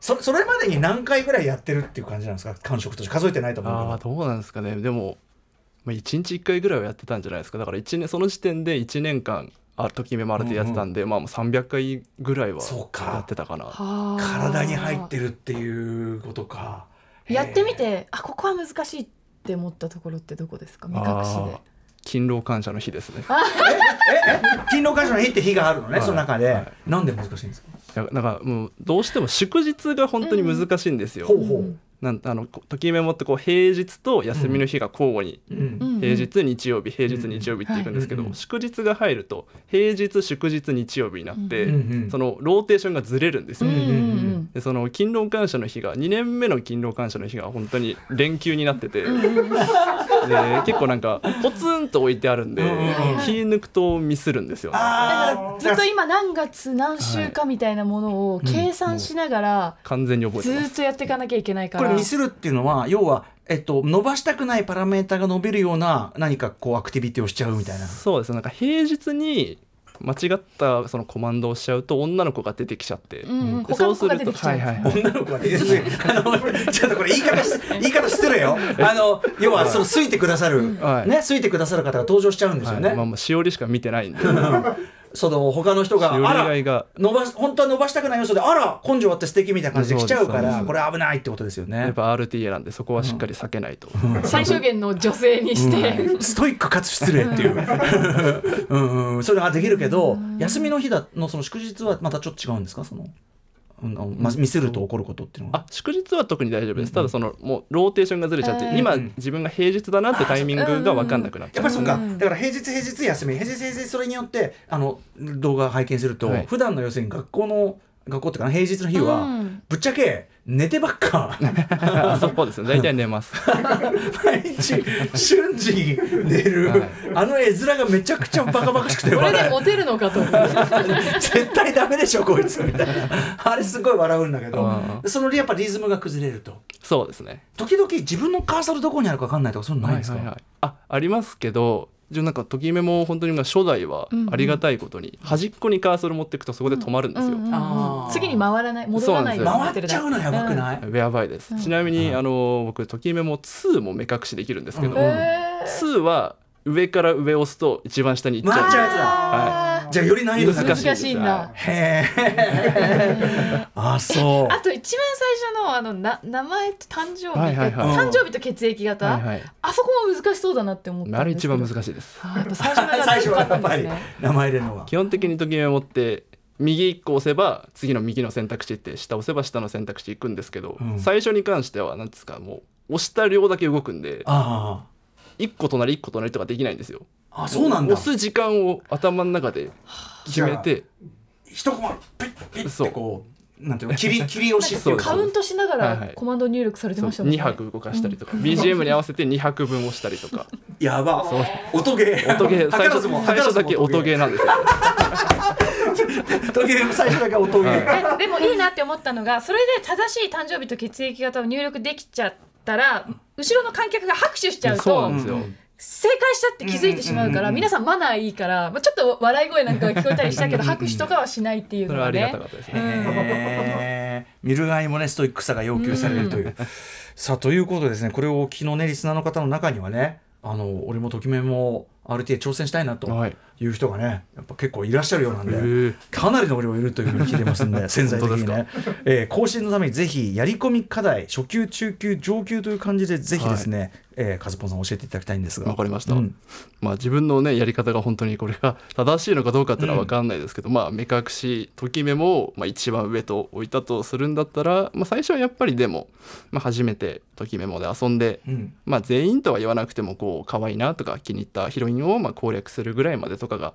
[SPEAKER 1] そそれまでに何回ぐらいやってるっていう感じなんですか感触として数えてないと思うけど
[SPEAKER 5] ああどうなんですかねでも、まあ、1日1回ぐらいはやってたんじゃないですかだから一年その時点で1年間あときめまれてやってたんで、まあもう300回ぐらいはやってたかな
[SPEAKER 1] 体に入ってるっていうことか
[SPEAKER 9] やっ
[SPEAKER 1] <laughs>
[SPEAKER 9] てみてあここは難しいって思ったところってどこですか目隠しで
[SPEAKER 5] あー勤労感謝の日ですね
[SPEAKER 1] 勤労感謝の日って日があるのね、
[SPEAKER 5] はい
[SPEAKER 1] その中で、なんで難しいんですか
[SPEAKER 5] いやなんかもうどうしても祝日が本当に難しいんですよ。
[SPEAKER 1] ほうほう
[SPEAKER 5] なんあのこ時メモってこう平日と休みの日が交互に、
[SPEAKER 1] うん
[SPEAKER 5] 平日日曜日平日日曜日っていくんですけど、祝日が入ると平日祝日日曜日になって、
[SPEAKER 1] うんうん
[SPEAKER 5] そのローテーションがずれるんですよ。
[SPEAKER 1] うんうんうん
[SPEAKER 5] でその勤労感謝の日が2年目の勤労感謝の日が本当に連休になってて。で結構なんかポツンと置いてあるんで、気抜くとミスるんですよね、
[SPEAKER 9] ずっと今何月何週かみたいなものを計算しながら
[SPEAKER 5] 完全に覚えて
[SPEAKER 9] ず
[SPEAKER 5] ます
[SPEAKER 9] ーっとやっていかなきゃいけないか
[SPEAKER 1] こ
[SPEAKER 9] ら
[SPEAKER 1] れミスるっていうのは要は、えっと、伸ばしたくないパラメータが伸びるような何かこうアクティビティをしちゃうみたいな
[SPEAKER 5] そうですねなんか平日に間違ったそのコマンドをしちゃうと女の子が出てきちゃって、
[SPEAKER 9] うんうん
[SPEAKER 5] でそうす
[SPEAKER 9] 他の子
[SPEAKER 5] る
[SPEAKER 9] が出て
[SPEAKER 5] と
[SPEAKER 9] きちゃ
[SPEAKER 5] は
[SPEAKER 9] う
[SPEAKER 5] いはいはい
[SPEAKER 1] 女の子が出てきちゃうちょっとこれ言い方し言い方失礼よあの要はその好いてくださる、
[SPEAKER 5] はい
[SPEAKER 1] ね好いてくださる方が登場しちゃうんですよね、
[SPEAKER 5] はいまあまあしおりしか見てないんで
[SPEAKER 1] その他の人が
[SPEAKER 5] しおり以
[SPEAKER 1] あら
[SPEAKER 5] 外が
[SPEAKER 1] 伸ばし本当は伸ばしたくない要素であら根性あって素敵みたいな感じで来ちゃうか
[SPEAKER 5] そうで
[SPEAKER 1] ら
[SPEAKER 5] す
[SPEAKER 1] これ危ないってことですよね
[SPEAKER 5] やっぱ RTA なんでそこはしっかり避けないと、
[SPEAKER 9] 最小限の女性にして、
[SPEAKER 1] うんストイックかつ失礼っていう
[SPEAKER 5] <laughs>
[SPEAKER 1] うん、うん、それはできるけど休みの日だのその祝日はまたちょっと違うんですかその、うんあのま、見せると怒ることっていうのは
[SPEAKER 5] あ祝日は特に大丈夫です、ただそのもうローテーションがずれちゃって、
[SPEAKER 1] えー
[SPEAKER 5] 今自分が平日だなってタイミングが分かんなくなっちゃ
[SPEAKER 1] やっぱ
[SPEAKER 5] う、
[SPEAKER 1] りそうか、だから平日平日休み平日平日それによってあの動画拝見すると、
[SPEAKER 5] はい
[SPEAKER 1] 普段の要するに学校の学校っていうかな平日の日は、
[SPEAKER 5] うん
[SPEAKER 1] ぶっちゃけ寝てばっか
[SPEAKER 5] <laughs> そうですね大体
[SPEAKER 1] <laughs>
[SPEAKER 5] 寝ます
[SPEAKER 1] 毎日瞬時に寝る、あの絵面がめちゃくちゃバカバカしくて
[SPEAKER 9] これで
[SPEAKER 1] 笑
[SPEAKER 9] モテるのかと思う
[SPEAKER 1] い絶対ダメでしょこいつみ <laughs> たいなあれすごい笑うんだけどそのやっぱリズムが崩れると
[SPEAKER 5] そうですね
[SPEAKER 1] 時々自分のカーソルどこにあるか分かんないとかそういうのないんですか、
[SPEAKER 5] はいはいはいあありますけど自分なんかときめも本当に初代はありがたいことに端っこにカーソル持ってくとそこで止まるんですよ、
[SPEAKER 9] 次に回らない戻らない
[SPEAKER 5] そうなん
[SPEAKER 1] ですよ回っちゃうのやばくない
[SPEAKER 5] いやばいです、ちなみにあの僕ときめも2も目隠しできるんですけど、
[SPEAKER 1] うんうん
[SPEAKER 5] 2は上から上を押すと一番下に行っちゃう
[SPEAKER 1] 回っちゃうやつだ
[SPEAKER 5] はい、
[SPEAKER 1] じゃあより難易度高い
[SPEAKER 5] です
[SPEAKER 9] 難しいんだ
[SPEAKER 1] へえあそう
[SPEAKER 9] あと一番最初のあのな名前と誕生日、
[SPEAKER 5] はいはいはい
[SPEAKER 9] 誕生日と血液型、
[SPEAKER 5] はいはい
[SPEAKER 9] あそこも難しそうだなって思った
[SPEAKER 5] あ
[SPEAKER 9] ん
[SPEAKER 5] れ
[SPEAKER 9] です
[SPEAKER 5] 一
[SPEAKER 9] けど
[SPEAKER 5] 番難しいです
[SPEAKER 9] あやっぱ最初のやつ
[SPEAKER 1] 最初はやっぱり名前入れるのが
[SPEAKER 5] 基本的にときめもって右1個押せば次の右の選択肢って下押せば下の選択肢行くんですけど、
[SPEAKER 1] うん
[SPEAKER 5] 最初に関しては何ですかもう押した量だけ動くんで
[SPEAKER 1] あ
[SPEAKER 5] 1個隣1個隣とかできないんですよ
[SPEAKER 1] あそうなんだ
[SPEAKER 5] 押す時間を頭の中で決めて
[SPEAKER 1] 一コマピッピッってこうなんていうの切
[SPEAKER 5] <laughs>
[SPEAKER 1] り切り
[SPEAKER 9] なん
[SPEAKER 1] 押
[SPEAKER 9] か
[SPEAKER 1] しっていうか
[SPEAKER 9] カウントしな
[SPEAKER 5] は
[SPEAKER 9] が
[SPEAKER 5] いは
[SPEAKER 9] ら
[SPEAKER 5] い
[SPEAKER 9] コマンド入力されてましたもん
[SPEAKER 5] 2拍動かしたりとか BGM に合わせて2拍分押した
[SPEAKER 1] <laughs>
[SPEAKER 5] りとか
[SPEAKER 1] やば音ゲー
[SPEAKER 5] 音
[SPEAKER 1] <laughs>
[SPEAKER 5] ゲー
[SPEAKER 1] 図
[SPEAKER 5] 最
[SPEAKER 1] ら
[SPEAKER 5] 初
[SPEAKER 1] ずも
[SPEAKER 5] 最初だけ音ゲーなんで
[SPEAKER 1] <laughs>
[SPEAKER 5] すよ
[SPEAKER 1] 音ゲー最初だけ音ゲー、
[SPEAKER 9] えでもいいなって思ったのがそれで正しい誕生日と血液型を入力できちゃったら後ろの観客が拍手しちゃうと
[SPEAKER 5] そうなんですよ
[SPEAKER 9] 正解したって気づいてしまうから、皆さんマナーいいから、まあ、ちょっと笑い声なんかが聞こえたりしたけど拍手とかはしないっていうのがね。
[SPEAKER 5] です
[SPEAKER 1] ね。見る側にもねストイックさが要求されるという。さあということでですねこれをお聞きのねリスナーの方の中にはねあの俺もときめも RTA 挑戦したいなという人がねやっぱ結構いらっしゃるようなんで、かなりの量いるというふうに聞いてますん
[SPEAKER 5] <laughs>
[SPEAKER 1] で潜在的にね、えー更新のためにぜひやり込み課題初級中級上級という感じでぜひですね、えーカズポンさん教えていただきたいんですが
[SPEAKER 5] わかりました、
[SPEAKER 1] うん
[SPEAKER 5] まあ、自分のねやり方が本当にこれが正しいのかどうかっていうのは分かんないですけど、まあ目隠しときめも、まあ、一番上と置いたとするんだったら、まあ、最初はやっぱりでも、まあ、初めてときめもで遊んで、
[SPEAKER 1] うん
[SPEAKER 5] まあ、全員とは言わなくてもこう可愛いなとか気に入ったヒロインをまあ攻略するぐらいまでとかが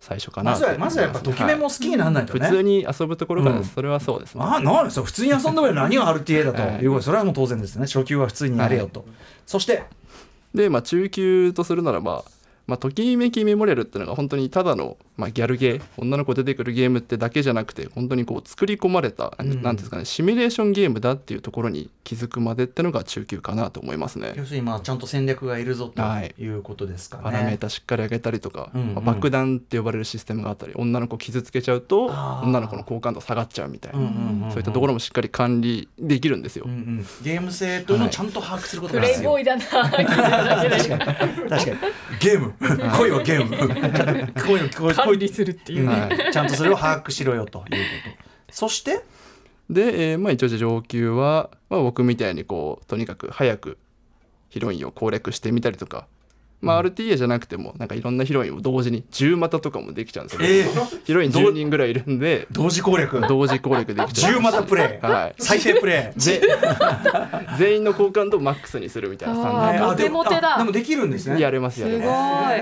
[SPEAKER 5] 最初かな
[SPEAKER 1] まずはまずはやっぱときめも好きにならないとね
[SPEAKER 5] は普通に遊ぶところからです、
[SPEAKER 1] うん
[SPEAKER 5] それはそうですね
[SPEAKER 1] まあ、なんそう普通に遊んだ上で何が RTA だということで、それはもう当然ですね、初級は普通にやれよと、そして、
[SPEAKER 5] で、まあ、中級とするならば、まあ、ときめきメモリアルっていうのが本当にただの、まあ、ギャルゲー女の子出てくるゲームってだけじゃなくて本当にこう作り込まれた
[SPEAKER 1] うん
[SPEAKER 5] 何、なんていうんですかねシミュレーションゲームだっていうところに気づくまでってのが中級かなと思いますね。
[SPEAKER 1] 要するにまあちゃんと戦略がいるぞと
[SPEAKER 5] はい
[SPEAKER 1] いうことですかね。
[SPEAKER 5] パラメータしっかり上げたりとか、
[SPEAKER 1] うんうん
[SPEAKER 5] まあ爆弾って呼ばれるシステムがあったり女の子傷つけちゃうと
[SPEAKER 1] あー
[SPEAKER 5] 女の子の好感度下がっちゃうみたいな、
[SPEAKER 1] うんうんうんうん
[SPEAKER 5] そういったところもしっかり管理できるんですよ。
[SPEAKER 1] うんうんゲーム性というのをちゃんと把握すること
[SPEAKER 9] プ
[SPEAKER 1] が必要
[SPEAKER 9] レイボーイだ
[SPEAKER 1] 確
[SPEAKER 9] な
[SPEAKER 1] かにゲーム
[SPEAKER 9] <laughs>
[SPEAKER 1] 恋はゲーム恋を恋
[SPEAKER 9] 管理するっていうね
[SPEAKER 1] んちゃんとそれを把握しろよということそして
[SPEAKER 5] で、えーまあ、一応じゃあ上級は、まあ、僕みたいにこうとにかく早くヒロインを攻略してみたりとか、まあ、RTA じゃなくてもなんかいろんなヒロインを同時に10股とかもできちゃうんですよ、
[SPEAKER 1] え
[SPEAKER 5] ヒロイン10人ぐらいいるんで
[SPEAKER 1] 同時攻略
[SPEAKER 5] 同時攻略できちゃう
[SPEAKER 1] 10股プレイ
[SPEAKER 5] はい
[SPEAKER 1] 最低プレイ
[SPEAKER 5] <laughs> で全員の好感度をマックスにするみたいな
[SPEAKER 9] あ
[SPEAKER 5] 3
[SPEAKER 9] ーモテモテだ
[SPEAKER 1] あでもできるんですね
[SPEAKER 5] やれますやれ
[SPEAKER 9] すごい
[SPEAKER 5] ま
[SPEAKER 1] え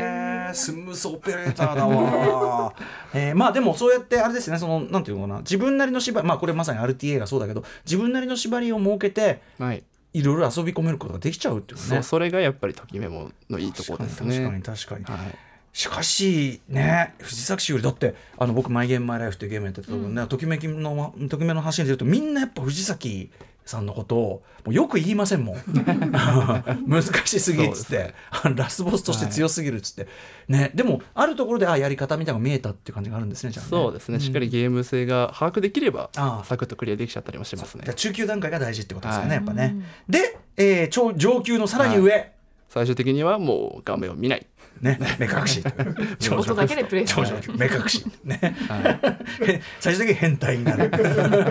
[SPEAKER 1] ースムースオペレーターだわ、えーまあでもそうやってあれですねそのなんていうのかな自分なりの縛りまあこれまさに RTA がそうだけど自分なりの縛りを設けて
[SPEAKER 5] す、はい
[SPEAKER 1] いろいろ遊び込めることができちゃうっていう
[SPEAKER 5] そ
[SPEAKER 1] ね
[SPEAKER 5] うそれがやっぱりときメモのいいところですね
[SPEAKER 1] 確かに確かに確かに、
[SPEAKER 5] はい
[SPEAKER 1] しかしね藤崎氏よりだってあの僕「マイ・ゲーム・マイ・ライフ」っていうゲームやってた時ね、ときめきのときめきの話に出るとみんなやっぱ藤崎さんのことをもうよく言いません
[SPEAKER 5] <laughs>
[SPEAKER 1] もん難しすぎっつっ
[SPEAKER 5] そうで
[SPEAKER 1] て、ラスボスとして強すぎるっつって、ねでもあるところであやり方みたいなのが見えたっていう感じがあるんですねじゃあね
[SPEAKER 5] そうですね、しっかりゲーム性が把握できれば
[SPEAKER 1] あー
[SPEAKER 5] サクッとクリアできちゃったりもしますね
[SPEAKER 1] じゃあ中級段階が大事ってことですよね、
[SPEAKER 5] はい
[SPEAKER 1] やっぱねで、えー超上級のさらに上、
[SPEAKER 5] 最終的にはもう画面を見ない
[SPEAKER 1] ね、目隠
[SPEAKER 9] <laughs>
[SPEAKER 1] し超
[SPEAKER 9] 音だ
[SPEAKER 1] <laughs>
[SPEAKER 9] けでプレイす
[SPEAKER 1] 超
[SPEAKER 9] る
[SPEAKER 1] 上級目隠
[SPEAKER 9] <laughs>
[SPEAKER 1] しね、 <laughs> 最終的に変態になる、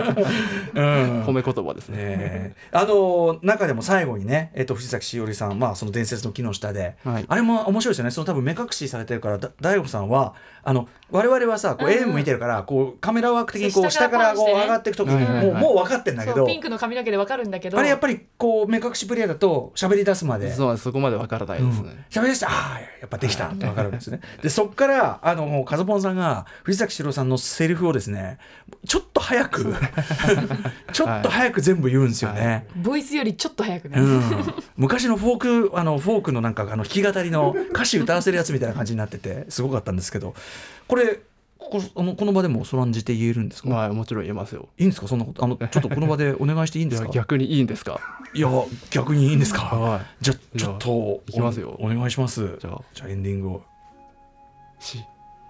[SPEAKER 1] うん
[SPEAKER 5] 褒め言葉ですね。
[SPEAKER 1] ねえあの中でも最後にね、えっと藤崎しおりさん、まあ、その伝説の木の下で、
[SPEAKER 5] はい
[SPEAKER 1] あれも面白いですよねその多分目隠しされてるからだ大悟さんはあの我々はさこう
[SPEAKER 9] うんうん
[SPEAKER 1] AM 見てるから、こうカメラワーク的にこう
[SPEAKER 9] 下
[SPEAKER 1] 下
[SPEAKER 9] か
[SPEAKER 1] からら
[SPEAKER 9] パンし
[SPEAKER 1] こ
[SPEAKER 9] て
[SPEAKER 1] う
[SPEAKER 9] ね
[SPEAKER 1] 上がっていく時に、
[SPEAKER 5] はいはいはい
[SPEAKER 1] もうもう分かってんだけ
[SPEAKER 9] そう
[SPEAKER 1] ど
[SPEAKER 9] ピンクの髪の毛でわかるんだけど
[SPEAKER 1] あれやっぱりこう目隠しプレイヤーだと喋り出すまで。
[SPEAKER 5] そうなんですそこまでわからないですね。
[SPEAKER 1] 喋り出してああやっぱできたってわかるんですね。でそこからあのカズポンさんが藤崎史郎さんのセリフをですねちょっと早く <laughs> ちょっと早く全部言うんですよね。
[SPEAKER 9] ボイスよりちょっと早くね、
[SPEAKER 1] うん、昔のフォークあのフォークのなんかあの弾き語りの歌詞歌わせるやつみたいな感じになっててすごかったんですけどこれここあのこの場でもそらんじて言えるんですか、
[SPEAKER 5] まあもちろん言えますよ。
[SPEAKER 1] いいんですかそんなことあのちょっとこの場でお願いしていいん
[SPEAKER 5] い
[SPEAKER 1] で
[SPEAKER 5] や
[SPEAKER 1] すか
[SPEAKER 5] 逆にいいんですか。
[SPEAKER 1] いや逆にいいんですか、
[SPEAKER 5] は
[SPEAKER 1] じゃあちょっとお
[SPEAKER 5] いきますよ
[SPEAKER 1] お願いします
[SPEAKER 5] じゃあ
[SPEAKER 1] じゃあエンディングを
[SPEAKER 5] し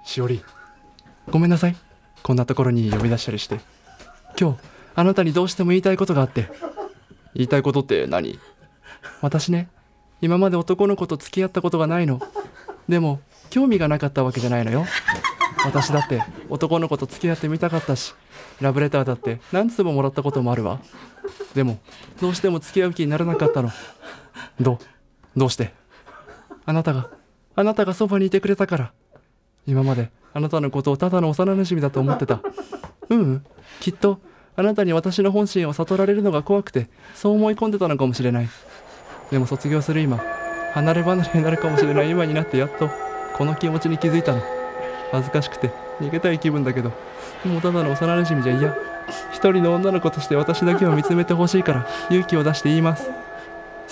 [SPEAKER 5] しおりごめんなさいこんなところに呼び出したりして今日あなたにどうしても言いたいことがあって言いたいことって何私ね今まで男の子と付き合ったことがないのでも興味がなかったわけじゃないのよ私だって男の子と付き合ってみたかったしラブレターだって何通ももらったこともあるわでもどうしても付き合う気にならなかったのどうどうしてあなたがあなたがそばにいてくれたから今まであなたのことをただの幼なじみだと思ってたううんきっとあなたに私の本心を悟られるのが怖くてそう思い込んでたのかもしれないでも卒業する今離れ離れになるかもしれない今になってやっとこの気持ちに気づいたの恥ずかしくて逃げたい気分だけどもうただの幼なじみじゃ嫌一人の女の子として私だけを見つめてほしいから勇気を出して言います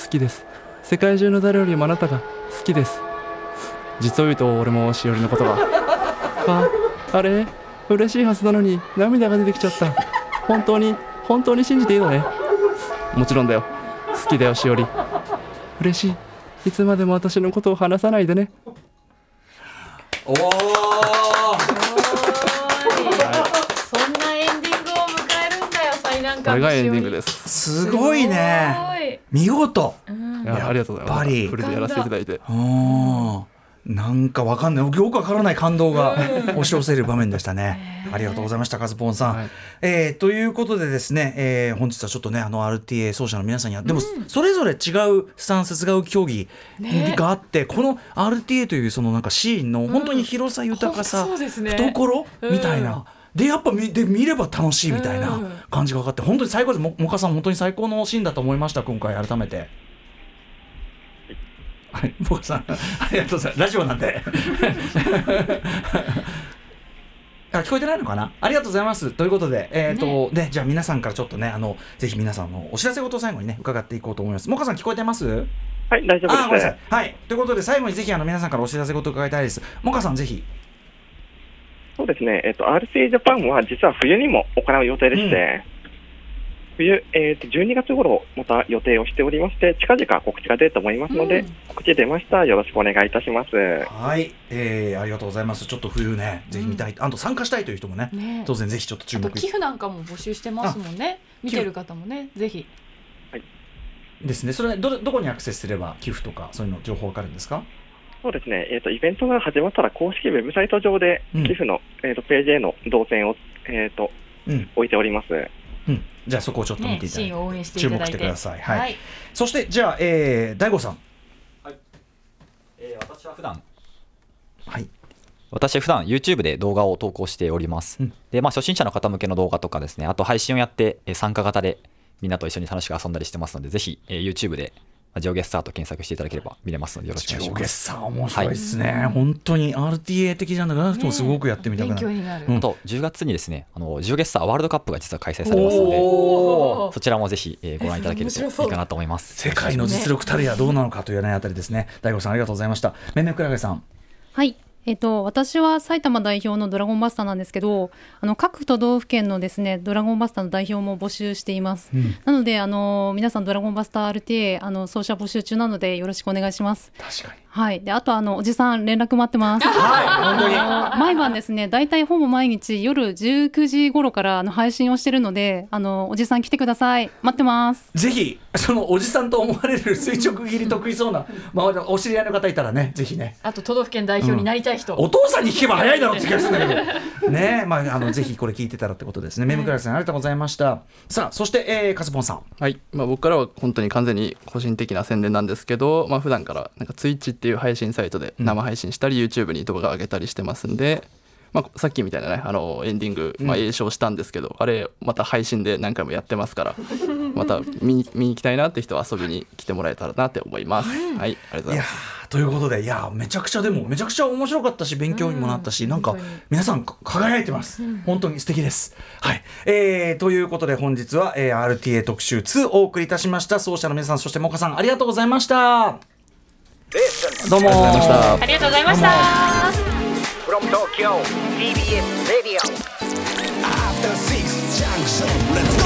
[SPEAKER 5] 好きです世界中の誰よりもあなたが好きです実を言うと俺もしおりのことが <laughs> ああれ嬉しいはずなのに涙が出てきちゃった本当に本当に信じていいのねもちろんだよ好きだよしおり嬉しいいつまでも私のことを話さないでね
[SPEAKER 1] おお
[SPEAKER 9] <laughs> そんなエンディングを迎えるんだよ最難
[SPEAKER 5] これ
[SPEAKER 9] 関の
[SPEAKER 5] が
[SPEAKER 9] しおり
[SPEAKER 5] エンディングです
[SPEAKER 1] すごいね
[SPEAKER 9] すごい
[SPEAKER 1] 見事
[SPEAKER 5] いやありがとうございます
[SPEAKER 1] やっぱり
[SPEAKER 5] フルでやらせていただいて
[SPEAKER 1] うんなんかわかんないよくわからない感動が押し寄せる場面でしたね。ありがとうございましたカズポンさん、えーということでですね、えー本日はちょっとねあの RTA 奏者の皆さんにはでもそれぞれ違うスタンス違う競技
[SPEAKER 11] ね
[SPEAKER 1] があって、この RTA というそのなんかシーンの本当に広さ豊か
[SPEAKER 11] ほ
[SPEAKER 1] さ、
[SPEAKER 11] んとそうですね
[SPEAKER 1] 懐
[SPEAKER 11] うん
[SPEAKER 1] みたいな。でやっぱ見で見れば楽しいみたいな
[SPEAKER 11] うん
[SPEAKER 1] 感じが分かって本当に最高ですももかさん本当に最高のシーンだと思いました今回改めてはいもかさんありがとうございますラジオなんであ聞こえてないのかなありがとうございますということでえっ、と、でじゃあ皆さんからちょっとねあのぜひ皆さんのお知らせ事を最後にね伺っていこうと思いますもかさん聞こえてます
[SPEAKER 6] はい大丈夫です
[SPEAKER 1] あごめんなさいはいということで最後にぜひあの皆さんからお知らせ事を伺いたいですもかさんぜひ
[SPEAKER 6] そうですね、えっと RCA ジャパンは実は冬にも行う予定でして、冬、えっと12月頃また予定をしておりまして、近々告知が出ると思いますので、告知出ました、よろしくお願いいたします。
[SPEAKER 1] はい、えー、ありがとうございます。ちょっと冬ね、ぜひ見たい、あと参加したいという人もね、
[SPEAKER 11] ね
[SPEAKER 1] 当然ぜひちょっと注
[SPEAKER 11] あと
[SPEAKER 1] 目
[SPEAKER 11] 寄付なんかも募集してますもんね見てる方もねぜひ
[SPEAKER 1] ですね。それどどこにアクセスすれば寄付とかそういうの情報わかるんですか？
[SPEAKER 6] そうですね、えっとイベントが始まったら公式ウェブサイト上で、
[SPEAKER 1] うん
[SPEAKER 6] 寄付の、えっとページへの動線を、えっと
[SPEAKER 1] うん
[SPEAKER 6] 置いております。
[SPEAKER 1] うん。じゃあそこをちょっと見ていただい
[SPEAKER 11] ねシ
[SPEAKER 1] て、
[SPEAKER 11] ーンを応援してい
[SPEAKER 1] 注
[SPEAKER 11] ただい
[SPEAKER 1] 目
[SPEAKER 11] て
[SPEAKER 1] してください。はい。
[SPEAKER 11] はい
[SPEAKER 1] そしてじゃあ、えー、大悟さん。
[SPEAKER 3] えー私は普段
[SPEAKER 1] はい
[SPEAKER 3] 私普段 YouTube で動画を投稿しております、でまあ初心者の方向けの動画とかですねあと配信をやってえー参加型でみんなと一緒に楽しく遊んだりしてますのでぜひえー YouTube でまあ上下スターと検索していただければ見れますのでよろしくお願いします
[SPEAKER 1] 上下スター面白いですね本当に RTA 的じゃなくてもすごくやってみたくなる。うん
[SPEAKER 3] あと10月にですねあの10月スターワールドカップが実は開催されますので
[SPEAKER 1] おー
[SPEAKER 3] そちらもぜひえーご覧いただけるといいかなと思います
[SPEAKER 1] 世界の実力たるやどうなのかというねあたりですね。大悟さんありがとうございました。めんねくらげさん。
[SPEAKER 4] はい。えっと、私は埼玉代表のドラゴンバスターなんですけどあの各都道府県のですねドラゴンバスターの代表も募集しています、
[SPEAKER 1] うん
[SPEAKER 4] なのであの皆さんドラゴンバスター RTA あの奏者募集中なのでよろしくお願いします
[SPEAKER 1] 確かに
[SPEAKER 4] はいであとあのおじさん連絡待ってます
[SPEAKER 1] はい本当に
[SPEAKER 4] あの毎晩ですね大体ほぼ毎日夜19時頃からあの配信をしてるのであのおじさん来てください待ってます
[SPEAKER 1] ぜひそのおじさんと思われる垂直切り得意そうな周りのお知り合いの方いたらねぜひね
[SPEAKER 11] あと都道府県代表になりたい人、
[SPEAKER 1] お父さんに聞けば早いだろうって気がするんだけど <laughs> ねえ、まあ、あのぜひこれ聞いてたらってことですね。メムクラゲさんありがとうございました。さあそして、えー、カスポンさん。
[SPEAKER 5] はい、まあ、僕からは本当に完全に個人的な宣伝なんですけど、まあ普段からなんか Twitch っていう配信サイトで生配信したり YouTube に動画上げたりしてますんで、まあ、さっきみたいなねあのエンディング、まあ、
[SPEAKER 1] うん
[SPEAKER 5] 映像したんですけど、あれまた配信で何回もやってます <laughs> からまた見に見に行きたいなって人は遊びに来てもらえたらなって思います。はい、ありがとうございます
[SPEAKER 1] ということでいやーめちゃくちゃでもめちゃくちゃ面白かったし勉強にもなったし、なんか皆さんか輝いてます、本当に素敵です。はい、えー、ということで本日は、えー、RTA 特集2をお送りいたしました奏者の皆さんそしてモカさんありがとうございました。どうも
[SPEAKER 5] ありがとうございました
[SPEAKER 7] ありがとうございました From Tokyo TBS Radio
[SPEAKER 8] After six junction, let's